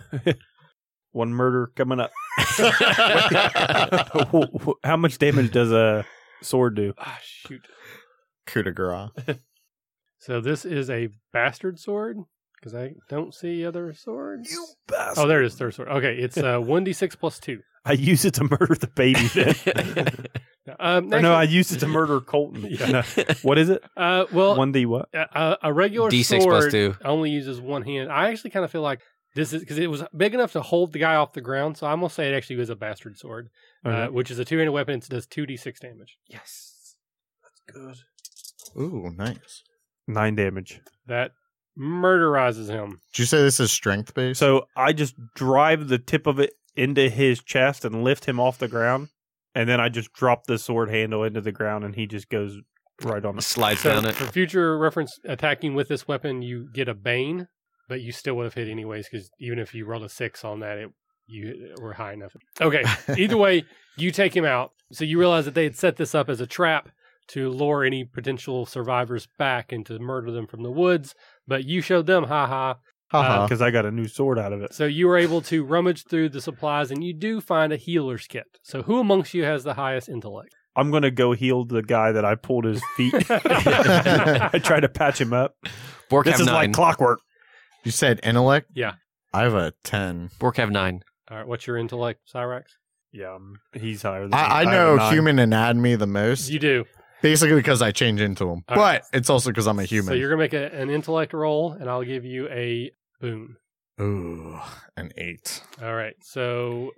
Speaker 3: One murder coming up. *laughs* Wh- wh- How much damage does a sword do?
Speaker 5: Ah, shoot.
Speaker 2: Coup de grace.
Speaker 5: So this is a bastard sword because I don't see other swords.
Speaker 3: bastard.
Speaker 5: Oh, there it is. Third sword. Okay,
Speaker 3: *laughs*
Speaker 5: it's uh, 1d6 plus 2.
Speaker 3: oh, I use it to murder the
Speaker 4: *laughs*
Speaker 3: baby. then.
Speaker 5: Um,
Speaker 3: or no, I
Speaker 5: actually,
Speaker 3: used it to murder Colton.
Speaker 5: Yeah.
Speaker 3: No. What is it?
Speaker 5: uh, well,
Speaker 3: One D what?
Speaker 5: a- a, a regular
Speaker 4: D6
Speaker 5: sword
Speaker 4: plus two.
Speaker 5: only uses one hand. I actually kind of feel like this is because it was big enough to hold the guy off the ground. So I'm gonna say it actually was a bastard sword, uh,
Speaker 3: Okay.
Speaker 5: which is a two-handed weapon. It does two d6 damage.
Speaker 3: Yes. That's good.
Speaker 2: Ooh, nice.
Speaker 3: Nine damage.
Speaker 5: That murderizes him.
Speaker 2: Did you say this is strength based?
Speaker 3: So uh, I just drive the tip of it into his chest and lift him off the ground, and then I just drop the sword handle into the ground, and he just goes right on it.
Speaker 4: Slides
Speaker 5: So *laughs*
Speaker 4: down it.
Speaker 5: for future reference, attacking with this weapon, you get a bane, but you still would have hit anyways because even if you rolled a six on that, it you were high enough. Okay, either way, you take him out. So you realize that they had set this up as a trap to lure any potential survivors back and to murder them from the woods, but you showed them, ha ha.
Speaker 2: Haha.
Speaker 3: Because I got a new sword out of it.
Speaker 5: So you were able to rummage through the supplies and you do find a healer's kit. So who amongst you has the highest intellect?
Speaker 3: I'm gonna go heal the guy that I pulled his feet. *laughs* I try to patch him up.
Speaker 4: Bork
Speaker 3: this
Speaker 4: have
Speaker 3: is
Speaker 4: nine.
Speaker 3: like clockwork.
Speaker 2: you said intellect?
Speaker 5: Yeah.
Speaker 2: I have a 10.
Speaker 4: Bork have nine.
Speaker 5: All right, what's your intellect, Cyrax?
Speaker 3: Yeah, I'm- he's higher. Than me.
Speaker 2: I, I
Speaker 3: have a
Speaker 2: know
Speaker 3: nine.
Speaker 2: human anatomy the most,
Speaker 5: You do.
Speaker 2: basically because I change into them.
Speaker 5: All
Speaker 2: but
Speaker 5: right.
Speaker 2: it's also because I'm a human.
Speaker 5: So you're gonna make a, an intellect roll, and I'll give you a boon.
Speaker 2: Ooh, an eight.
Speaker 5: All right. So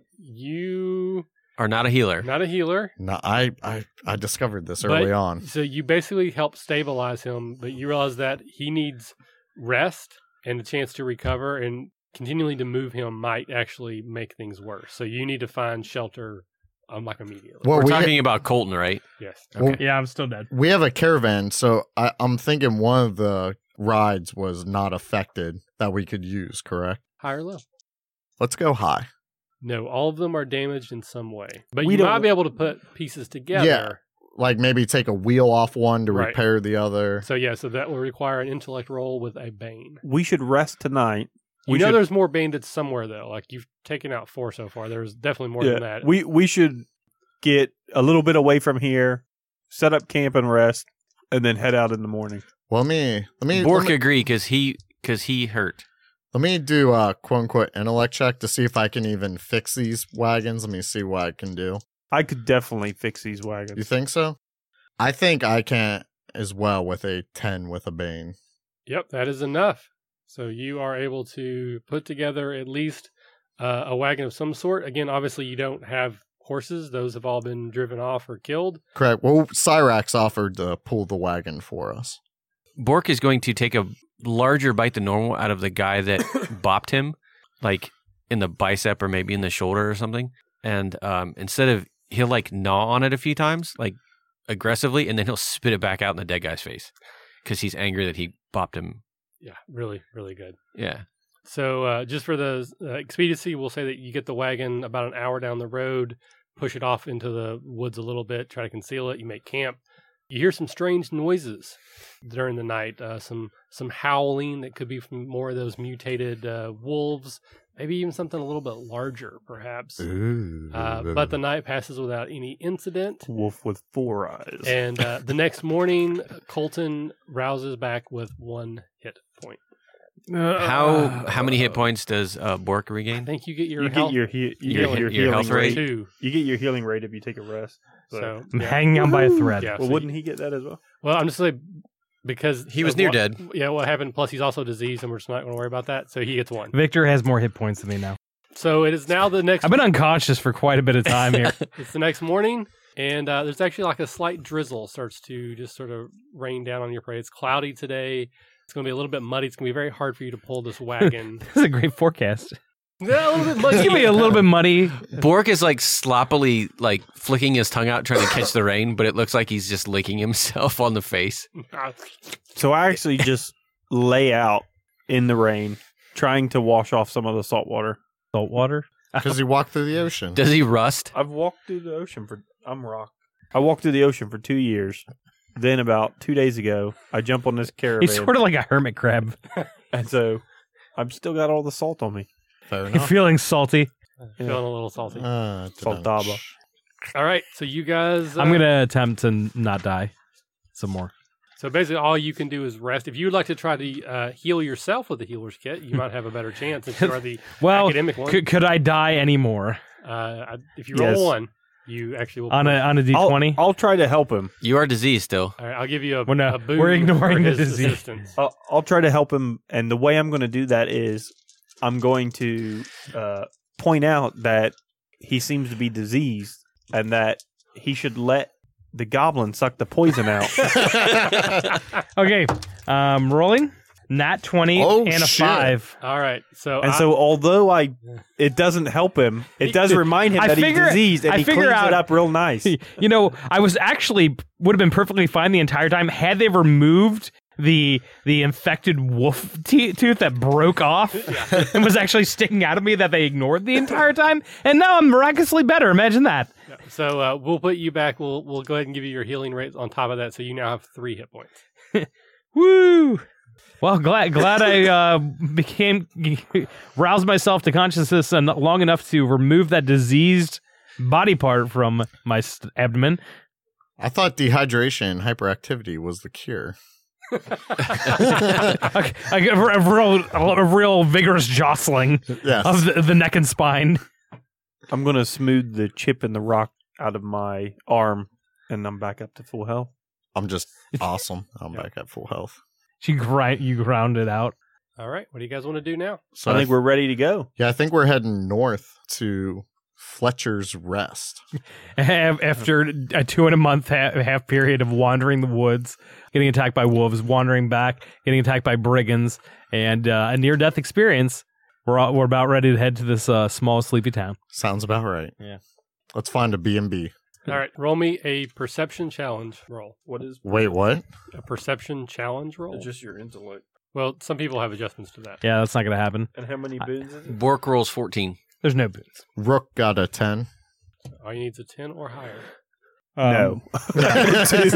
Speaker 5: you
Speaker 4: Are not a healer.
Speaker 5: not a healer,
Speaker 2: No, I, I, I discovered this
Speaker 5: But-
Speaker 2: early on.
Speaker 5: so you basically help stabilize him, but you realize that he needs rest and a chance to recover, and continually to move him might actually make things worse. So you need to find shelter, um, like immediately.
Speaker 2: Well,
Speaker 4: We're
Speaker 2: we,
Speaker 4: talking about Colton, right?
Speaker 5: yes.
Speaker 2: well,
Speaker 6: Yeah, I'm still dead.
Speaker 2: we have a caravan, so I, I'm thinking one of the rides was not affected that we could use, correct?
Speaker 5: High or low?
Speaker 2: Let's go high.
Speaker 5: No, all of them are damaged in some way, but
Speaker 3: We
Speaker 5: you
Speaker 3: don't-
Speaker 5: might be able to put pieces together.
Speaker 2: Like maybe take a wheel off one to
Speaker 5: Right.
Speaker 2: repair the other.
Speaker 5: So yeah, so that will require an intellect roll with a bane.
Speaker 3: We should rest tonight.
Speaker 5: You
Speaker 3: We
Speaker 5: know
Speaker 3: should-
Speaker 5: there's more bandits somewhere though. Like you've taken out four so far. There's definitely more than that.
Speaker 3: We we should get a little bit away from here, set up camp and rest, and then head out in the morning.
Speaker 2: Well, let me, let me,
Speaker 4: Bork
Speaker 2: let me,
Speaker 4: agree because he because he hurt.
Speaker 2: let me do a quote unquote intellect check to see if I can even fix these wagons. Let me see what I can do.
Speaker 3: I could definitely fix these
Speaker 2: You
Speaker 3: wagons.
Speaker 2: think so? I think I can as well with a 10 with a Bane.
Speaker 5: yep, that is enough. So you are able to put together at least uh, a wagon of some sort. Again, obviously you don't have horses; those have all been driven off or killed.
Speaker 2: Correct. Well, Cyrax offered to pull the wagon for
Speaker 3: *laughs*
Speaker 2: us.
Speaker 4: Bork is going to take a larger bite than normal out of the guy that bopped him, like in the bicep or maybe in the shoulder or something. And um, instead of he'll like gnaw on it a few times, like aggressively, and then he'll spit it back out in the dead guy's face because he's angry that he bopped him
Speaker 5: yeah, really, really good.
Speaker 4: Yeah.
Speaker 5: So uh, just for the uh, expediency, we'll say that you get the wagon about an hour down the road, push it off into the woods a little bit, try to conceal it. You make camp. You hear some strange noises during the night. Uh, some some howling that could be from more of those mutated uh, wolves. Maybe even something a little bit larger, perhaps. Uh,
Speaker 4: *laughs*
Speaker 5: but the night passes without any incident.
Speaker 3: Wolf with four eyes.
Speaker 5: And uh,
Speaker 4: *laughs*
Speaker 5: the next morning, uh, Colton rouses back with one hit point.
Speaker 4: How how many hit points does uh, Bork
Speaker 5: I
Speaker 4: regain?
Speaker 5: think you get your
Speaker 3: you
Speaker 5: health
Speaker 3: get your, he- you
Speaker 4: your
Speaker 3: get
Speaker 4: he-
Speaker 3: your
Speaker 4: your health
Speaker 3: healing
Speaker 4: rate.
Speaker 3: rate.
Speaker 5: too.
Speaker 3: You get your healing rate if you take a rest. So,
Speaker 5: So
Speaker 6: *laughs* I'm
Speaker 5: yeah.
Speaker 6: hanging on by a thread.
Speaker 5: Yeah,
Speaker 3: well,
Speaker 5: so
Speaker 3: wouldn't he get that as well?
Speaker 5: Well, I'm just saying because
Speaker 4: He was
Speaker 5: of
Speaker 4: near
Speaker 5: what-
Speaker 4: dead.
Speaker 5: Yeah, what happened? Plus, he's also diseased, and we're just not going to worry about that. So he gets one.
Speaker 6: Victor has more hit points than me now.
Speaker 5: So it is now the next.
Speaker 6: I've been unconscious for quite a bit of time here.
Speaker 5: It's the next morning, and uh, there's actually like a slight drizzle starts to just sort of rain down on your parade. It's cloudy today. It's going to be a little bit muddy. It's going to be very hard for you to pull this wagon.
Speaker 6: *laughs* this is a great forecast.
Speaker 5: yeah, a little bit *laughs* muddy.
Speaker 6: It's gonna be a little bit muddy.
Speaker 4: Bork is like sloppily like flicking his tongue out trying to catch the rain, but it looks like he's just licking himself on the face.
Speaker 3: So I *laughs* actually just lay out in the rain, trying to wash off some of the salt water.
Speaker 6: Salt water.
Speaker 2: Because you walk through the ocean.
Speaker 4: Does he rust?
Speaker 3: I've walked through the ocean for I'm rock. I walked through the ocean for two years. Then about two days ago, I jump on this
Speaker 6: *laughs*
Speaker 3: caravan,
Speaker 6: He's sort of like a hermit crab. *laughs*
Speaker 3: and so I've still got all the salt on me.
Speaker 2: Fair
Speaker 6: You're
Speaker 2: enough.
Speaker 6: feeling salty.
Speaker 5: Feeling a little salty.
Speaker 2: Uh,
Speaker 3: Soldaba.
Speaker 5: All right, so you guys.
Speaker 6: I'm
Speaker 5: uh,
Speaker 6: gonna attempt to not die some more.
Speaker 5: So basically, all you can do is rest. If you'd like to try to uh, heal yourself with the healer's kit, you might have a better chance if you are the
Speaker 6: *laughs* Well,
Speaker 5: academic one.
Speaker 6: could, could I die anymore
Speaker 5: Uh, I- if you roll
Speaker 3: Yes.
Speaker 5: one, you actually will.
Speaker 6: on a on a d20?
Speaker 3: I'll, I'll try to help him.
Speaker 4: You are diseased still.
Speaker 5: *laughs* All right, I'll give you a,
Speaker 6: We're not-
Speaker 5: a boon.
Speaker 6: we're ignoring
Speaker 5: for
Speaker 6: the
Speaker 5: his
Speaker 6: disease.
Speaker 5: assistance.
Speaker 3: I'll, I'll try to help him, and the way I'm going to do that is I'm going to uh, point out that he seems to be diseased, and that he should let the goblin suck the poison out.
Speaker 6: *laughs* Okay, um, rolling. Nat 20
Speaker 2: Oh,
Speaker 6: and a
Speaker 2: shit.
Speaker 6: 5.
Speaker 5: All right, so
Speaker 3: And
Speaker 5: I-
Speaker 3: so, although I, it doesn't help him. It does remind him
Speaker 6: I
Speaker 3: that
Speaker 6: figure-
Speaker 3: he's diseased, and
Speaker 6: I
Speaker 3: he
Speaker 6: figure
Speaker 3: cleans
Speaker 6: out-
Speaker 3: it up
Speaker 6: *laughs*
Speaker 3: real nice.
Speaker 6: *laughs* you know, I was actually would have been perfectly fine the entire time had they removed the the infected wolf te- tooth that broke off and was actually sticking out of me that they ignored the entire time. And now I'm miraculously better. Imagine that.
Speaker 5: so uh, we'll put you back. We'll we'll go ahead and give you your healing rate on top of that, so you now have three hit points.
Speaker 6: Woo! Well, glad glad I uh, became *laughs* roused myself to consciousness and long enough to remove that diseased body part from my st- abdomen.
Speaker 2: I thought dehydration and hyperactivity was the
Speaker 3: *laughs*
Speaker 2: cure.
Speaker 6: Okay, I give her a, real, a real vigorous jostling
Speaker 2: Yes.
Speaker 6: of the, the neck and spine.
Speaker 3: I'm going to smooth the chip and the rock out of my arm, and I'm back up to full health.
Speaker 2: I'm
Speaker 3: *laughs*
Speaker 2: just awesome. I'm back at full health.
Speaker 6: She grind you ground it out.
Speaker 5: All right, what do you guys want to do now?
Speaker 2: So
Speaker 3: I think we're ready to go.
Speaker 2: yeah, I think we're heading north to Fletcher's Rest.
Speaker 6: Af- After a two and a month ha- half period of wandering the woods, getting attacked by wolves, wandering back, getting attacked by brigands, and uh, a near death experience, we're all, we're about ready to head to this uh, small sleepy town.
Speaker 2: Sounds about right.
Speaker 3: Yeah.
Speaker 2: Let's find a B&B.
Speaker 6: Hmm.
Speaker 5: All right, roll me a perception challenge roll.
Speaker 7: What is
Speaker 2: Wait, what?
Speaker 5: A perception challenge roll.
Speaker 7: just your intellect?
Speaker 5: well, some people have adjustments to that.
Speaker 6: Yeah, that's not gonna happen.
Speaker 7: And how many boons is it?
Speaker 4: *laughs* Bork rolls fourteen.
Speaker 6: There's no boots.
Speaker 2: Rook got a
Speaker 3: *laughs*
Speaker 2: 10.
Speaker 5: All you need is a ten or higher.
Speaker 3: no,
Speaker 6: ne- Um, *laughs*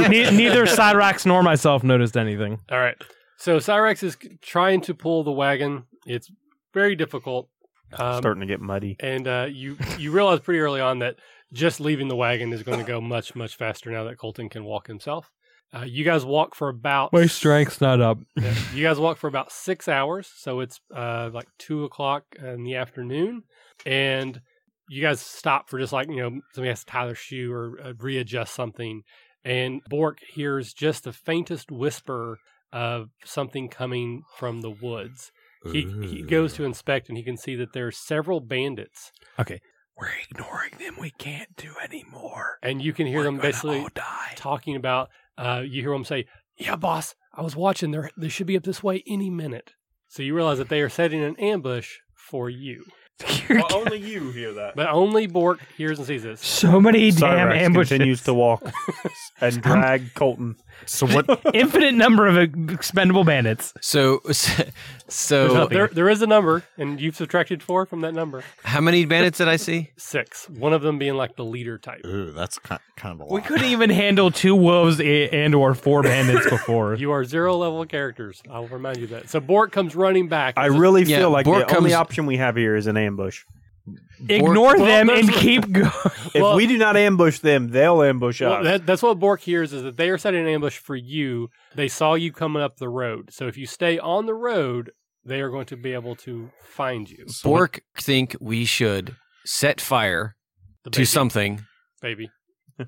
Speaker 6: neither Cyrax nor myself noticed anything.
Speaker 5: All right. So Cyrex is c- trying to pull the wagon. It's very difficult. Um,
Speaker 3: starting to get muddy.
Speaker 5: and uh, you you realize pretty early on that just leaving the wagon is going to go much much faster now that Colton can walk himself. Uh, you guys walk for about
Speaker 6: strength's not up.
Speaker 5: Yeah, you guys walk for about six hours, so it's uh, like two o'clock in the afternoon, and you guys stop for just like you know somebody has to tie their shoe or uh, readjust something, and Bork hears just the faintest whisper of something coming from the woods. He, he goes to inspect, and he can see that there are several bandits,
Speaker 6: We're ignoring them. We can't do anymore.
Speaker 5: and you can hear them basically
Speaker 6: die.
Speaker 5: talking about. Uh, you hear them say, "Yeah, boss, I was watching. They they should be up this way any minute." So you realize that they are setting an ambush for you.
Speaker 6: *laughs* You're
Speaker 3: Well, only you hear *laughs* that.
Speaker 5: But only Bork hears and sees this.
Speaker 6: so many damn
Speaker 3: Cyrax
Speaker 6: ambushes.
Speaker 3: continues to *laughs* walk and drag Colton.
Speaker 2: So what?
Speaker 6: *laughs* Infinite number of ex- expendable bandits.
Speaker 4: So,
Speaker 5: There's no-
Speaker 4: so
Speaker 5: there, there is a number, and you've subtracted four from that number.
Speaker 4: how many bandits did I see?
Speaker 5: Six. One of them being like the leader type.
Speaker 2: Ooh, that's kind, kind of a
Speaker 6: We
Speaker 2: lot.
Speaker 6: couldn't even handle two wolves a- and or four bandits before.
Speaker 5: *laughs* You are zero level characters. I will remind you that. So Bork comes running back.
Speaker 3: I really
Speaker 4: Yeah,
Speaker 3: feel like
Speaker 4: Bork
Speaker 3: the only
Speaker 4: comes-
Speaker 3: option we have here is an ambush.
Speaker 6: Ignore
Speaker 5: Well,
Speaker 6: them and
Speaker 5: that's-
Speaker 6: keep going.
Speaker 3: If
Speaker 5: Well-
Speaker 3: we do not ambush them, they'll ambush
Speaker 5: Well,
Speaker 3: us.
Speaker 5: that, that's what Bork hears is that they are setting an ambush for you. They saw you coming up the road. So if you stay on the road, they are going to be able to find you.
Speaker 4: Bork think we should set fire
Speaker 5: The
Speaker 4: to
Speaker 5: baby,
Speaker 4: something.
Speaker 5: baby. *laughs*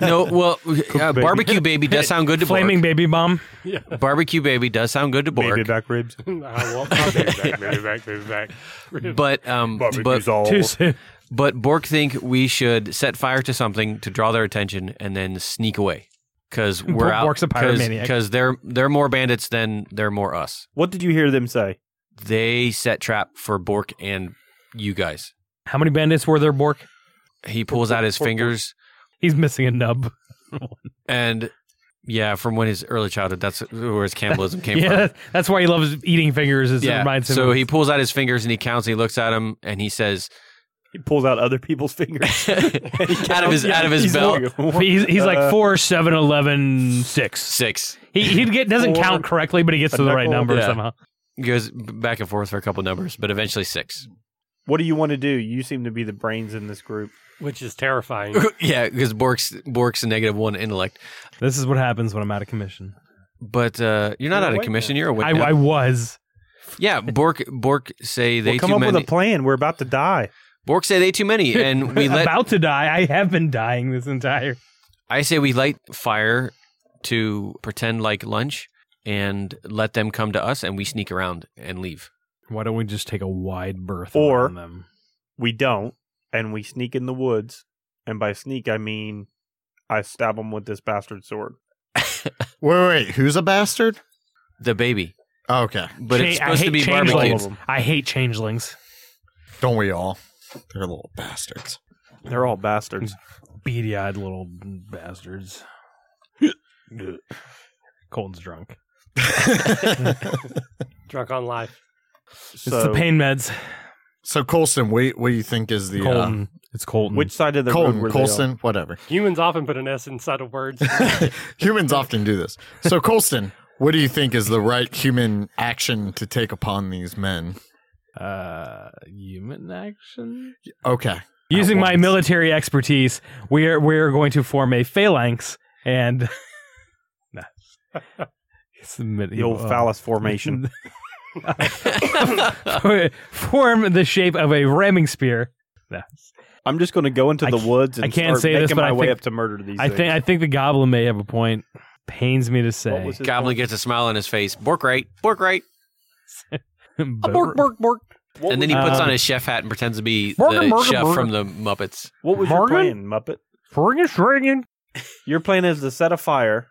Speaker 4: No,
Speaker 6: *laughs*
Speaker 4: well, uh,
Speaker 3: baby.
Speaker 4: barbecue baby does sound good to
Speaker 6: Flaming baby bomb.
Speaker 5: Yeah.
Speaker 4: Bork. Barbecue baby does sound good to
Speaker 3: Baby
Speaker 4: Bork.
Speaker 3: back ribs.
Speaker 5: I want my baby back, baby back, baby back.
Speaker 4: But um, but
Speaker 3: Barbecue's all
Speaker 6: Too soon.
Speaker 4: but Bork think we should set fire to something to draw their attention and then sneak away because we're
Speaker 6: Bork-
Speaker 4: out.
Speaker 6: Bork's a pyromaniac.
Speaker 4: because they're they're more bandits than they're more us.
Speaker 3: What did you hear them say?
Speaker 4: They set trap for Bork and you guys.
Speaker 6: How many bandits were there, Bork?
Speaker 4: He pulls out his fingers
Speaker 6: He's missing a nub.
Speaker 4: and yeah, from when his early childhood, that's where his cannibalism
Speaker 6: *laughs*
Speaker 4: came
Speaker 6: yeah,
Speaker 4: from.
Speaker 6: that- that's why he loves eating fingers. Is it reminds him.
Speaker 4: So
Speaker 6: of-
Speaker 4: he pulls out his fingers and he counts. And he looks at him and he says,
Speaker 3: He pulls out other people's fingers
Speaker 4: *laughs* out of his out of his
Speaker 3: He's
Speaker 4: belt,
Speaker 6: *laughs*
Speaker 3: like-
Speaker 6: he's, he's
Speaker 3: Uh,
Speaker 6: like four, seven, eleven, six.
Speaker 4: six.
Speaker 6: He he get, doesn't
Speaker 3: Four.
Speaker 6: count correctly, but he gets to the right
Speaker 3: Knuckle.
Speaker 6: number
Speaker 4: Yeah.
Speaker 6: somehow.
Speaker 4: He goes back and forth for a couple numbers, but
Speaker 6: *laughs*
Speaker 4: eventually six. *laughs*
Speaker 3: What do you want to do? You seem to be the brains in this group.
Speaker 5: Which is
Speaker 6: *laughs*
Speaker 5: terrifying.
Speaker 4: yeah, because Bork's Bork's a negative one intellect,
Speaker 6: This is what happens when I'm out of commission.
Speaker 4: but uh, you're not
Speaker 3: You're
Speaker 4: out of
Speaker 3: awake
Speaker 4: commission.
Speaker 3: now.
Speaker 4: You're awake.
Speaker 6: I,
Speaker 4: now.
Speaker 6: I was.
Speaker 4: yeah, Bork Bork say they
Speaker 3: Well, come
Speaker 4: too
Speaker 3: up
Speaker 4: many.
Speaker 3: with a plan. We're about to die.
Speaker 4: Bork say they
Speaker 6: *laughs*
Speaker 4: too many, and we let.
Speaker 6: about to die. I have been dying this entire.
Speaker 4: I say we light fire to pretend like lunch and let them come to us, and we sneak around and leave.
Speaker 6: Why don't we just take a wide berth
Speaker 3: Or-
Speaker 6: around them?
Speaker 3: We don't, and we sneak in the woods. And by sneak, I mean I stab him with this bastard sword.
Speaker 2: wait, wait, who's a bastard? Oh,
Speaker 4: The baby,
Speaker 2: Okay,
Speaker 4: but it's
Speaker 6: Cha- I
Speaker 4: supposed to
Speaker 6: hate
Speaker 4: be
Speaker 6: changelings.
Speaker 4: barbecued.
Speaker 3: All of 'em.
Speaker 6: I hate changelings.
Speaker 2: don't we all? They're little bastards. *laughs*
Speaker 3: They're all bastards.
Speaker 6: Beady-eyed little bastards. Colton's drunk.
Speaker 5: Drunk on life.
Speaker 3: So,
Speaker 6: it's the pain meds.
Speaker 2: so Colson, what, what do you think is the uh,
Speaker 6: Colton. It's Colton.
Speaker 3: which side of the road
Speaker 2: Colton,
Speaker 3: were they on?
Speaker 2: Colson,
Speaker 4: *laughs*
Speaker 2: whatever?
Speaker 5: Humans often put an S inside of words.
Speaker 2: Humans often do this. So Colson, what do you think is the right human action to take upon these men?
Speaker 6: uh, human action.
Speaker 2: Okay,
Speaker 6: Using my
Speaker 2: Outlines.
Speaker 6: military expertise, we are we are going to form a phalanx and. *laughs* Nah. It's the, mid-
Speaker 3: The old
Speaker 6: uh, *laughs*
Speaker 3: phallus formation.
Speaker 6: form the shape of a ramming spear.
Speaker 3: I'm just going to go into
Speaker 6: I
Speaker 3: the
Speaker 6: ca-
Speaker 3: woods and
Speaker 6: I can't
Speaker 3: start
Speaker 6: say this,
Speaker 3: making
Speaker 6: but
Speaker 3: my
Speaker 6: I
Speaker 3: way
Speaker 6: think-
Speaker 3: up to murder these
Speaker 6: I think I think the goblin may have a point. Pains me to
Speaker 3: What
Speaker 6: say. *laughs*
Speaker 3: was his
Speaker 4: *laughs* Goblin
Speaker 3: point?
Speaker 4: gets a smile on his face. Bork right, Bork right,
Speaker 6: But-
Speaker 5: bork, bork, bork.
Speaker 3: What
Speaker 4: and then he puts
Speaker 6: Um,
Speaker 4: on his chef hat and pretends to be
Speaker 6: Morgan,
Speaker 4: the
Speaker 6: Morgan,
Speaker 4: chef
Speaker 6: Morgan.
Speaker 4: from the Muppets.
Speaker 3: What was your
Speaker 6: Morgan?
Speaker 3: plan, Muppet?
Speaker 6: Friggin' friggin'.
Speaker 3: Your plan is to set a fire.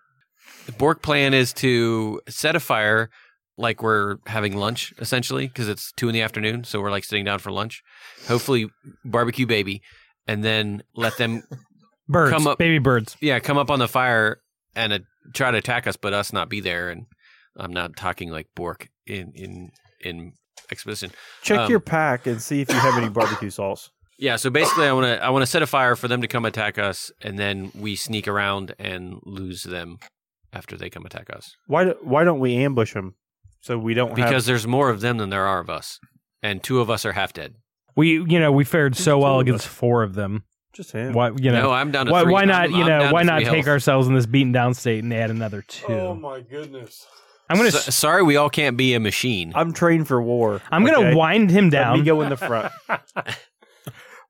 Speaker 4: Bork plan is to set a fire like we're having lunch essentially because it's two in the afternoon, so we're like sitting down for lunch. Hopefully, barbecue baby, and then let them
Speaker 6: Birds,
Speaker 4: Come up-
Speaker 6: baby birds.
Speaker 4: yeah come up on the fire and uh, try to attack us, but us not be there. And I'm not talking like Bork in in in exposition.
Speaker 3: Check
Speaker 4: Um,
Speaker 3: your pack and see if you have any
Speaker 4: *laughs*
Speaker 3: barbecue sauce.
Speaker 4: Yeah, so basically, I want to I want to set a fire for them to come attack us, and then we sneak around and lose them after they come attack us.
Speaker 3: Why do, why don't we ambush him so we don't have
Speaker 4: Because there's more of them than there are of us, and two of us are half dead.
Speaker 6: We you know we fared so
Speaker 3: Two
Speaker 6: well
Speaker 3: of
Speaker 6: against four of them.
Speaker 3: just him?
Speaker 6: Why you know
Speaker 4: no, I'm down to
Speaker 6: why,
Speaker 4: three.
Speaker 6: why not
Speaker 4: I'm-
Speaker 6: you
Speaker 4: I'm
Speaker 6: know
Speaker 4: down
Speaker 6: why
Speaker 4: to
Speaker 6: not
Speaker 4: three
Speaker 6: take
Speaker 4: health.
Speaker 6: ourselves in this beaten down state and add another two?
Speaker 7: Oh my goodness.
Speaker 6: I'm gonna
Speaker 4: So- sorry, we all can't be a machine.
Speaker 3: I'm trained for war.
Speaker 6: I'm gonna
Speaker 3: okay?
Speaker 6: wind him
Speaker 3: Let me
Speaker 6: down.
Speaker 3: go in the front.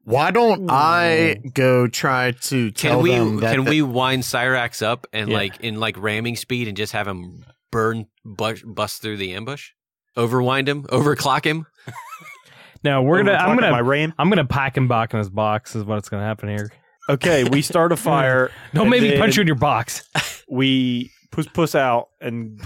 Speaker 2: why don't I go try to tell
Speaker 4: Can we
Speaker 2: them that
Speaker 4: can
Speaker 2: the-
Speaker 4: we wind Cyrax up and
Speaker 6: Yeah.
Speaker 4: like in like ramming speed and just have him burn bust, bust through the ambush, overwind him, overclock him?
Speaker 6: No, *laughs* we're gonna. I'm
Speaker 3: talking
Speaker 6: gonna.
Speaker 3: my ram.
Speaker 6: I'm gonna pack and box in his box. Is what's gonna happen here.
Speaker 3: Okay, we
Speaker 6: *laughs*
Speaker 3: start a fire.
Speaker 6: Don't
Speaker 3: and
Speaker 6: make me punch you
Speaker 3: then
Speaker 6: in your box.
Speaker 3: We puss puss out and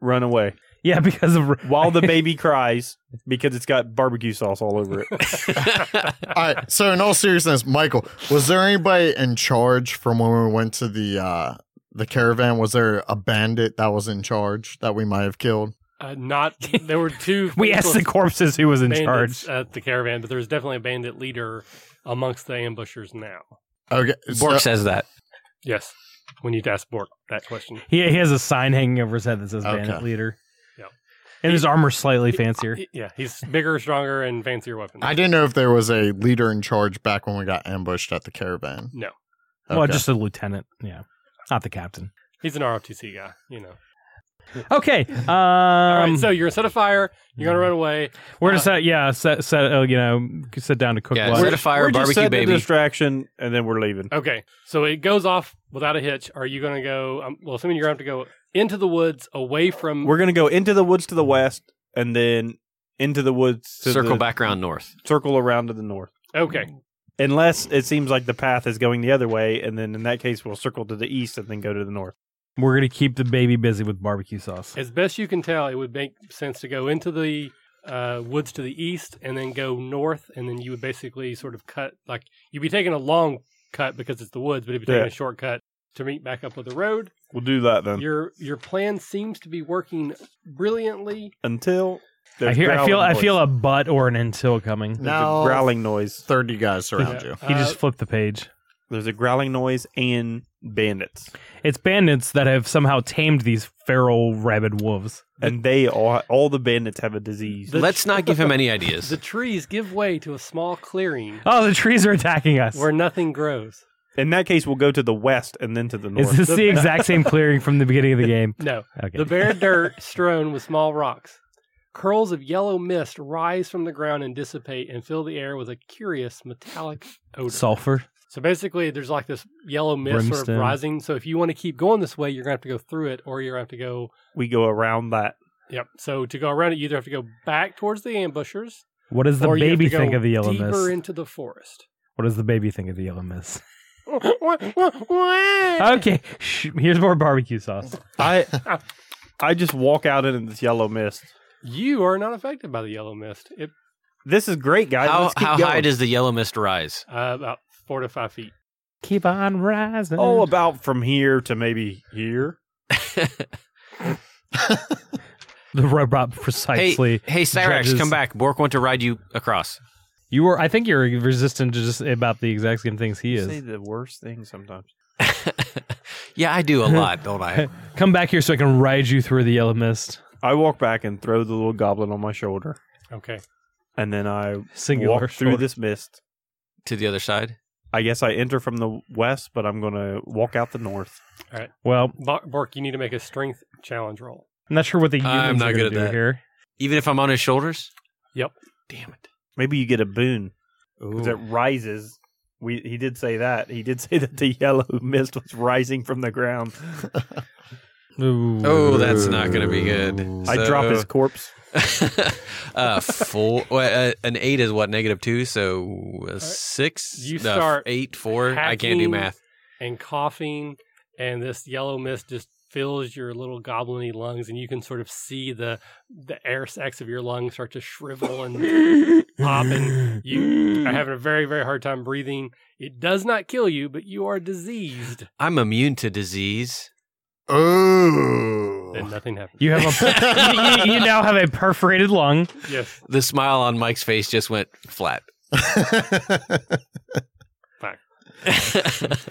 Speaker 3: run away.
Speaker 6: *laughs* Yeah, because of
Speaker 3: while
Speaker 6: *laughs*
Speaker 3: the baby cries because it's got barbecue sauce all over it.
Speaker 2: All right. So, in all seriousness, Michael, was there anybody in charge from when we went to the uh, the caravan? Was there a bandit that was in charge that we might have killed?
Speaker 5: Uh, not there were two.
Speaker 6: *laughs* we asked the
Speaker 5: faceless
Speaker 6: corpses who was in
Speaker 5: bandits
Speaker 6: charge.
Speaker 5: at the caravan, but there was definitely a bandit leader amongst the ambushers now.
Speaker 2: Okay.
Speaker 4: Bork
Speaker 2: So,
Speaker 4: says that.
Speaker 5: Yes, we need to ask Bork that question.
Speaker 6: He, he has a sign hanging over his head that says bandit
Speaker 2: Okay.
Speaker 6: leader.
Speaker 5: Yep.
Speaker 6: And his armor's slightly fancier.
Speaker 5: Y- Yeah, he's bigger, stronger, and fancier weapons.
Speaker 2: I didn't know if there was a leader in charge back when we got ambushed at the caravan.
Speaker 5: No.
Speaker 6: Well,
Speaker 2: Okay.
Speaker 6: just a lieutenant. Yeah. Not the captain.
Speaker 5: He's an ROTC guy, you know.
Speaker 6: Okay. Um,
Speaker 5: All right, so uh, you're gonna set a fire. You're gonna run away.
Speaker 6: we're just at, yeah, set, set uh, you know, sit down to cook
Speaker 4: Yeah,
Speaker 6: lunch.
Speaker 4: set a fire,
Speaker 3: we're just
Speaker 4: barbecue
Speaker 3: setting a
Speaker 4: baby.
Speaker 3: distraction, and then we're leaving.
Speaker 5: Okay, so it goes off without a hitch. Are you gonna go? Um, well, assuming you're gonna have to go into the woods, away
Speaker 6: Um,
Speaker 5: from.
Speaker 3: We're gonna go into the woods to the west, and then into the woods to
Speaker 4: Circle
Speaker 3: the-
Speaker 4: back around north.
Speaker 3: circle around to the north.
Speaker 5: okay,
Speaker 3: Unless it seems like the path is going the other way, and then in that case we'll circle to the east and then go to the north.
Speaker 6: We're going to keep the baby busy with barbecue sauce.
Speaker 5: as best you can tell, it would make sense to go into the uh, woods to the east and then go north, and then you would basically sort of cut like you'd be taking a long cut because it's the woods, but it'd be taking
Speaker 3: Yeah. Um,
Speaker 5: a shortcut to meet back up with the road.
Speaker 3: We'll do that then.
Speaker 5: Your your plan seems to be working brilliantly.
Speaker 3: Until
Speaker 6: I
Speaker 3: there's
Speaker 6: hear. I feel.
Speaker 3: growling
Speaker 6: I feel
Speaker 3: noise.
Speaker 6: a butt or an until coming.
Speaker 3: There's
Speaker 2: Now-
Speaker 3: a growling noise.
Speaker 2: Thirty guys surround
Speaker 5: Yeah.
Speaker 2: you.
Speaker 6: He
Speaker 5: Uh,
Speaker 6: just flipped the page.
Speaker 3: There's a growling noise and bandits,
Speaker 6: It's bandits that have somehow tamed these feral rabid wolves.
Speaker 3: and they all all the bandits have a disease.
Speaker 5: The-
Speaker 4: Let's not give him any
Speaker 3: *laughs*
Speaker 4: ideas.
Speaker 5: the trees give way to a small clearing
Speaker 6: Oh, the trees are attacking us.
Speaker 5: where nothing grows.
Speaker 3: In that case, we'll go to the west and then to the north.
Speaker 6: Is this the exact same clearing from the beginning
Speaker 5: *laughs*
Speaker 6: of the game? *laughs*
Speaker 5: No,
Speaker 6: Okay.
Speaker 5: the bare dirt strewn with small rocks. Curls of yellow mist rise from the ground and dissipate and fill the air with a curious metallic odor.
Speaker 6: Sulfur.
Speaker 5: So basically, there's like this yellow mist sort
Speaker 6: Brimstone.
Speaker 5: of rising. So if you want to keep going this way, you're going to have to go through it or you're going to have to go.
Speaker 3: we go around that.
Speaker 5: Yep. So to go around it, you either have to go back towards the ambushers
Speaker 6: What does the
Speaker 5: or you have
Speaker 6: baby
Speaker 5: to go
Speaker 6: think of the yellow
Speaker 5: deeper
Speaker 6: mist?
Speaker 5: into the forest. *laughs*
Speaker 6: What does the baby think of the yellow mist? Okay, shh, here's more barbecue sauce.
Speaker 3: I I just walk out into this yellow mist.
Speaker 5: You are not affected by the yellow mist. It
Speaker 3: This is great, guys.
Speaker 4: how
Speaker 3: Let's keep
Speaker 4: how
Speaker 3: going.
Speaker 4: high does the yellow mist
Speaker 5: *laughs*
Speaker 4: rise?
Speaker 5: uh, about four to five feet.
Speaker 6: Keep on rising.
Speaker 3: oh about from here to maybe here?
Speaker 6: the robot
Speaker 4: hey,
Speaker 6: precisely.
Speaker 4: hey, Cyrax,
Speaker 6: judges-
Speaker 4: come back. Bork want to ride you across.
Speaker 6: You were. I think you're resistant to just about the exact same things he
Speaker 3: Say
Speaker 6: is.
Speaker 3: the worst thing sometimes.
Speaker 4: yeah,
Speaker 3: *laughs*
Speaker 4: I do a lot, don't I?
Speaker 6: Come back here so I can ride you through the yellow mist.
Speaker 3: I walk back and throw the little goblin on my shoulder,
Speaker 5: Okay.
Speaker 3: and
Speaker 6: *laughs*
Speaker 3: then I
Speaker 6: Singular.
Speaker 3: walk through
Speaker 6: short.
Speaker 3: this mist.
Speaker 4: to the other side.
Speaker 3: I guess I enter from the west, but I'm going to walk out the north.
Speaker 6: Well,
Speaker 5: Bo- Bork, you need to make a strength challenge roll.
Speaker 6: I'm not sure what the humans
Speaker 4: I'm not
Speaker 6: are gonna
Speaker 4: good at
Speaker 6: do
Speaker 4: that.
Speaker 6: here.
Speaker 4: Even if I'm on his shoulders?
Speaker 5: Yep.
Speaker 4: Damn it.
Speaker 3: Maybe you get a boon because it rises. We he did say that. He did *laughs* say that the yellow mist was rising from the ground.
Speaker 6: Ooh.
Speaker 4: Oh, that's not going to be good.
Speaker 3: I drop his corpse.
Speaker 4: his. *laughs* uh, four, well, uh, an eight is what, negative two? So uh, six?
Speaker 5: You
Speaker 4: no,
Speaker 5: start
Speaker 4: Eight, four? I can't do
Speaker 5: hacking-
Speaker 4: math.
Speaker 5: and coughing, and this yellow mist just fills your little gobliny lungs, and you can sort of see the the air sacs of your lungs start to shrivel and pop, and you are having a very very hard time breathing. It does not kill you, but you are diseased,
Speaker 4: I'm immune to disease.
Speaker 2: Ooh. *laughs*
Speaker 5: and nothing happens.
Speaker 6: You have a. you, you now have a perforated lung.
Speaker 5: Yes,
Speaker 4: The smile on Mike's face just went flat.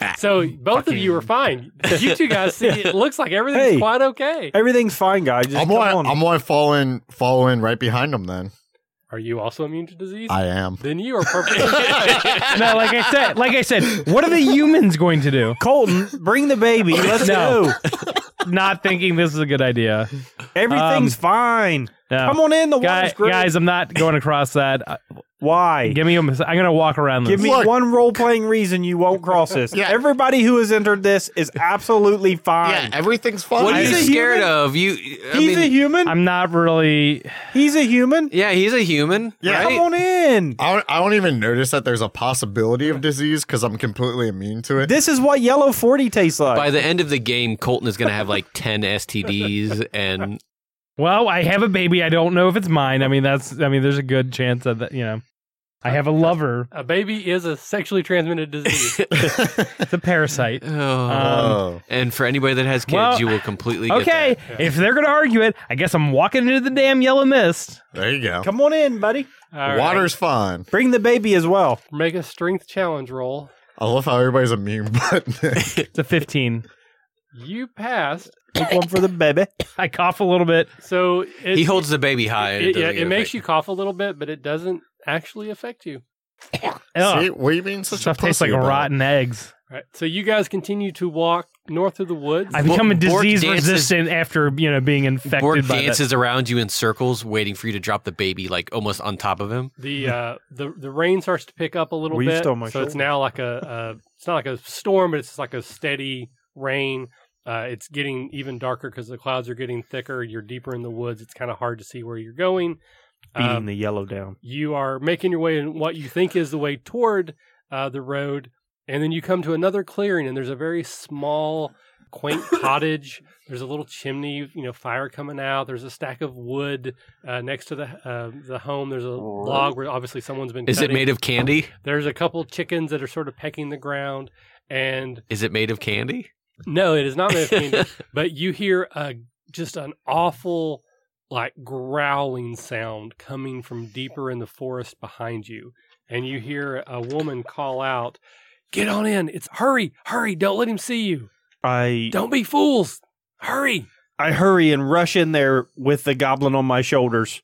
Speaker 4: Ah.
Speaker 5: so both of you are fine. You two guys see it looks like everything's
Speaker 3: Hey.
Speaker 5: quite okay.
Speaker 3: Everything's fine, guys. Just
Speaker 2: I'm
Speaker 3: come
Speaker 2: gonna,
Speaker 3: on.
Speaker 2: I'm gonna fall in, fall in right behind him. Then
Speaker 5: Are you also immune to disease?
Speaker 2: I am.
Speaker 5: then you
Speaker 4: *laughs*
Speaker 5: are perfect.
Speaker 6: No, like I said, like I said, what are the humans going to do?
Speaker 3: Colton, bring
Speaker 6: *laughs*
Speaker 3: the baby. Let's
Speaker 6: No.
Speaker 3: go.
Speaker 6: *laughs* Not thinking this is a good idea.
Speaker 3: Everything's fine.
Speaker 6: Um, No.
Speaker 3: Come on in. The
Speaker 6: Guy,
Speaker 3: water's great.
Speaker 6: guys, I'm not going across that. Uh,
Speaker 3: why?
Speaker 6: Give me a. mis- I'm gonna walk around this.
Speaker 3: Give me
Speaker 2: Look.
Speaker 3: one role playing reason you won't cross this.
Speaker 2: Yeah.
Speaker 3: Everybody who has entered this is absolutely
Speaker 2: Yeah,
Speaker 3: fine.
Speaker 2: everything's fine.
Speaker 4: What are you
Speaker 3: Oh, He's a
Speaker 4: scared
Speaker 3: human.
Speaker 4: of? You, I
Speaker 3: He's a
Speaker 4: mean,
Speaker 3: human.
Speaker 6: I'm not really.
Speaker 3: He's a human.
Speaker 4: yeah, he's a human.
Speaker 2: Yeah.
Speaker 4: right?
Speaker 3: Come on in.
Speaker 2: I don't, I don't even notice that there's a possibility of disease because I'm completely immune to it.
Speaker 3: This is what yellow 40 tastes like.
Speaker 4: By the end of the game, Colton is going to have like 10 STDs and
Speaker 6: Well, I have a baby. I don't know if it's mine. I mean, that's. I mean, there's a good chance that that, you know, I have a lover.
Speaker 5: A baby is a sexually transmitted disease.
Speaker 4: *laughs*
Speaker 6: It's a parasite.
Speaker 4: Oh.
Speaker 5: Uh,
Speaker 2: oh.
Speaker 4: and for anybody that has kids,
Speaker 6: well,
Speaker 4: you will completely get
Speaker 6: Okay,
Speaker 5: that.
Speaker 6: if they're gonna argue it, I guess I'm walking into the damn yellow mist.
Speaker 2: There you go.
Speaker 3: Come on in, buddy.
Speaker 5: All right.
Speaker 2: Water's fine.
Speaker 3: Bring the baby as well.
Speaker 5: Make a strength challenge roll.
Speaker 2: I love how everybody's immune, *laughs* but
Speaker 6: It's a 15.
Speaker 5: You passed.
Speaker 3: Make one for the baby.
Speaker 6: I cough a little bit.
Speaker 5: So
Speaker 4: that.
Speaker 5: it,
Speaker 4: He holds the baby high. and
Speaker 5: It, yeah,
Speaker 4: doesn't
Speaker 5: it
Speaker 4: get
Speaker 5: makes
Speaker 4: affected.
Speaker 5: you cough a little bit, but it doesn't actually affect you.
Speaker 6: Ugh,
Speaker 2: see, what are you being such
Speaker 6: stuff
Speaker 2: a pussy
Speaker 6: tastes like
Speaker 2: about?
Speaker 6: rotten eggs.
Speaker 5: Right. So you guys continue to walk north of the woods.
Speaker 6: I become a
Speaker 4: Bork
Speaker 6: disease
Speaker 4: dances-
Speaker 6: resistant after you know being infected
Speaker 4: Borg
Speaker 6: by that.
Speaker 4: dances around you in circles, waiting for you to drop the baby like almost on top of him.
Speaker 3: *laughs*
Speaker 5: the uh, the the rain starts to pick up a little
Speaker 3: Well, you
Speaker 5: bit,
Speaker 3: stole my
Speaker 5: so it's
Speaker 3: shoulder.
Speaker 5: now like a, a it's not like a storm, but it's like a steady rain. Uh, it's getting even darker because the clouds are getting thicker. You're deeper in the woods. It's kind of hard to see where you're going.
Speaker 3: Beating
Speaker 5: Um,
Speaker 3: the yellow down.
Speaker 5: you are making your way in what you think is the way toward uh, the road, and then you come to another clearing, and there's a very small,
Speaker 4: *coughs*
Speaker 5: quaint cottage. There's a little chimney, you know, fire coming out. There's a stack of wood uh, next to the uh, the home. There's a log where obviously someone's been.
Speaker 4: Is it
Speaker 5: cutting.
Speaker 4: made of candy?
Speaker 5: There's a couple chickens that are sort of pecking the ground, and
Speaker 4: Is it made of candy?
Speaker 5: no, it is not made of candy. but you hear a just an awful like growling sound coming from deeper in the forest behind you and you hear a woman call out get on in it's hurry hurry don't let him see you
Speaker 3: I
Speaker 5: don't be fools hurry
Speaker 3: I hurry and rush in there with the goblin on my shoulders,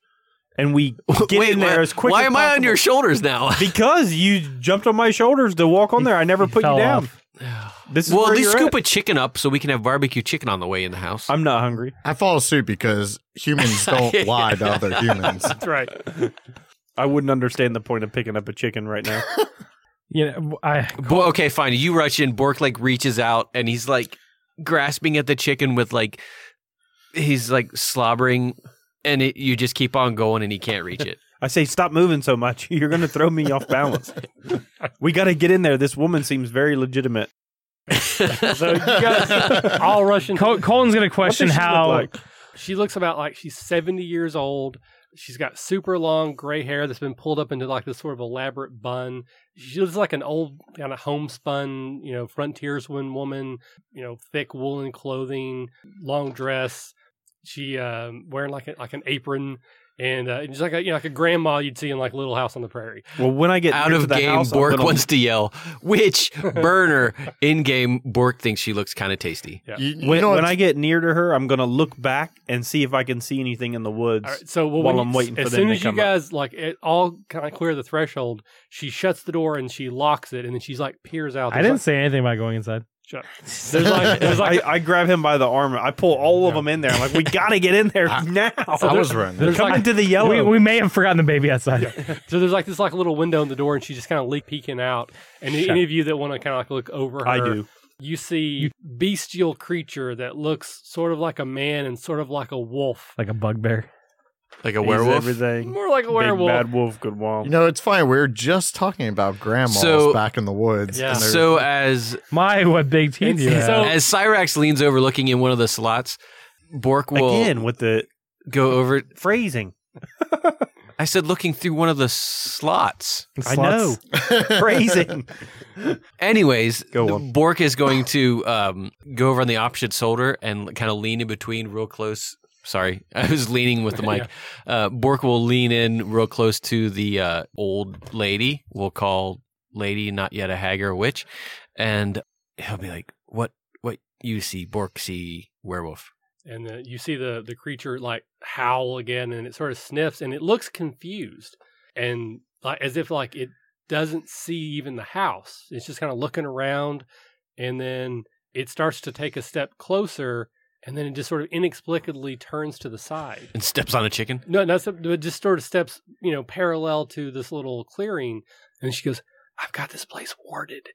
Speaker 3: and
Speaker 4: *laughs*
Speaker 3: we get in there
Speaker 4: why,
Speaker 3: as quick.
Speaker 4: why
Speaker 3: as
Speaker 4: am I on your shoulders now?
Speaker 3: possible. Because you jumped on my shoulders to walk on there. I never put you
Speaker 6: fell
Speaker 3: down. *sighs* This is
Speaker 4: well,
Speaker 3: where
Speaker 4: at least
Speaker 3: you're
Speaker 4: scoop
Speaker 3: at.
Speaker 4: a chicken up so we can have barbecue chicken on the way in the house.
Speaker 3: I'm not hungry.
Speaker 2: I follow suit because humans don't lie to other humans.
Speaker 3: That's right. *laughs* I wouldn't understand the point of picking up a chicken right now.
Speaker 6: *laughs* You know, I
Speaker 4: Bo- okay, fine. You rush in. Bork like reaches out and he's like grasping at the chicken with like he's like slobbering, and it, you just keep on going and he can't
Speaker 3: *laughs*
Speaker 4: reach it.
Speaker 3: I say, stop moving so much. *laughs* You're going to throw me off balance. we got to get in there. This woman seems very legitimate.
Speaker 5: so you guys all rush in
Speaker 6: Col- Colin's gonna
Speaker 3: What does
Speaker 6: question
Speaker 3: she look
Speaker 6: how
Speaker 3: like?
Speaker 5: she looks about like she's 70 years old she's got super long gray hair that's been pulled up into like this sort of elaborate bun she looks like an old kind of homespun you know frontierswoman woman you know thick woolen clothing long dress she um, wearing like a, like an apron and uh, just like a you know like a grandma you'd see in like Little House on the Prairie.
Speaker 3: Well, when I get
Speaker 4: Out
Speaker 3: near to
Speaker 4: of
Speaker 3: the
Speaker 4: game,
Speaker 3: house, I'm
Speaker 4: Bork
Speaker 3: gonna-
Speaker 4: wants to yell. Which burner in game? Bork thinks she looks kind of tasty.
Speaker 5: Yeah.
Speaker 2: You, you
Speaker 3: *laughs* when,
Speaker 2: know
Speaker 3: when
Speaker 2: what's-
Speaker 3: I get near to her, I'm going to look back and see if I can see anything in the woods.
Speaker 5: All right, so well,
Speaker 3: While
Speaker 5: when
Speaker 3: I'm
Speaker 5: you,
Speaker 3: waiting for
Speaker 5: as
Speaker 3: them
Speaker 5: soon
Speaker 3: to
Speaker 5: as you
Speaker 3: come up.
Speaker 5: guys like it all kind of clear the threshold, she shuts the door and she locks it, and then she's like peers out.
Speaker 6: I
Speaker 5: There's,
Speaker 6: didn't say anything about going inside.
Speaker 5: like, there's like there's like
Speaker 3: *laughs* I, I grab him by the arm. I pull all of
Speaker 5: Yeah.
Speaker 3: them in there. I'm like, we got to get in there
Speaker 2: I-
Speaker 3: now.
Speaker 2: I was running.
Speaker 5: there's
Speaker 3: Come
Speaker 5: like
Speaker 3: into the yellow.
Speaker 6: We, we may have forgotten the baby outside.
Speaker 5: So there's like this like little window in the door, and she's just kind of leak peeking out. And any of you that want to kind of like look over her,
Speaker 3: I do.
Speaker 5: You see bestial creature that looks sort of like a man and sort of like a wolf,
Speaker 6: Like a bugbear.
Speaker 4: Like a werewolf.
Speaker 3: everything.
Speaker 5: more like a werewolf.
Speaker 3: bad wolf, good wolf.
Speaker 2: You know, it's funny. We were just talking about grandmas
Speaker 4: So-
Speaker 2: back in the woods.
Speaker 5: Yeah.
Speaker 2: and they're-
Speaker 4: So as
Speaker 6: My, what big teeth you have.
Speaker 3: Oh.
Speaker 5: So-
Speaker 4: as Cyrax leans over, looking in one of the slots, Bork will
Speaker 3: Again, with the
Speaker 4: go over.
Speaker 3: *laughs* phrasing.
Speaker 4: I said, looking through one of the slots.
Speaker 3: I know. *laughs* phrasing.
Speaker 4: Anyways,
Speaker 3: Go
Speaker 4: the-
Speaker 3: on.
Speaker 4: Bork is going to um, go over on the opposite shoulder and kind of lean in between real close. Sorry, *laughs* I was leaning
Speaker 5: *laughs*
Speaker 4: with the mic. uh, Bork will lean in real close to the uh, old lady. We'll call lady, not yet a hag or a witch, and he'll be like, "What? What you see? Bork see werewolf."
Speaker 5: and the, you see the the creature like howl again, and it sort of sniffs, and it looks confused, and like as if like it doesn't see even the house. It's just kind of looking around, and then it starts to take a step closer, and then it just sort of inexplicably turns to the side.
Speaker 4: And steps on a chicken.
Speaker 5: No, not some, but just sort of steps, you know, parallel to this little clearing. And she goes, I've got this place warded.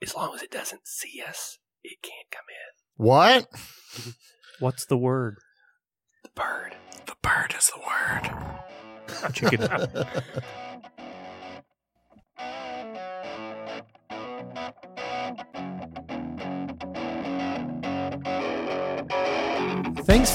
Speaker 5: As long as it doesn't see us, it can't come in.
Speaker 2: *laughs* what?
Speaker 3: What's the word?
Speaker 5: The bird.
Speaker 4: The bird is the word.
Speaker 3: Chicken.
Speaker 2: *laughs*
Speaker 5: Thanks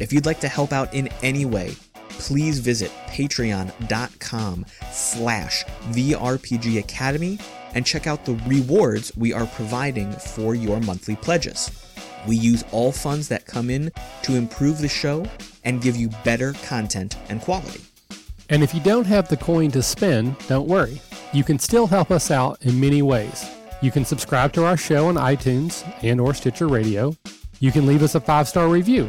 Speaker 8: If you'd like to help out in any way, please visit patreon.com slash VRPG Academy and check out the rewards we are providing for your monthly pledges. We use all funds that come in to improve the show and give you better content and quality.
Speaker 5: And if you don't have the coin to spend, don't worry. You can still help us out in many ways. You can subscribe to our show on iTunes and or Stitcher Radio. You can leave us a 5-star review.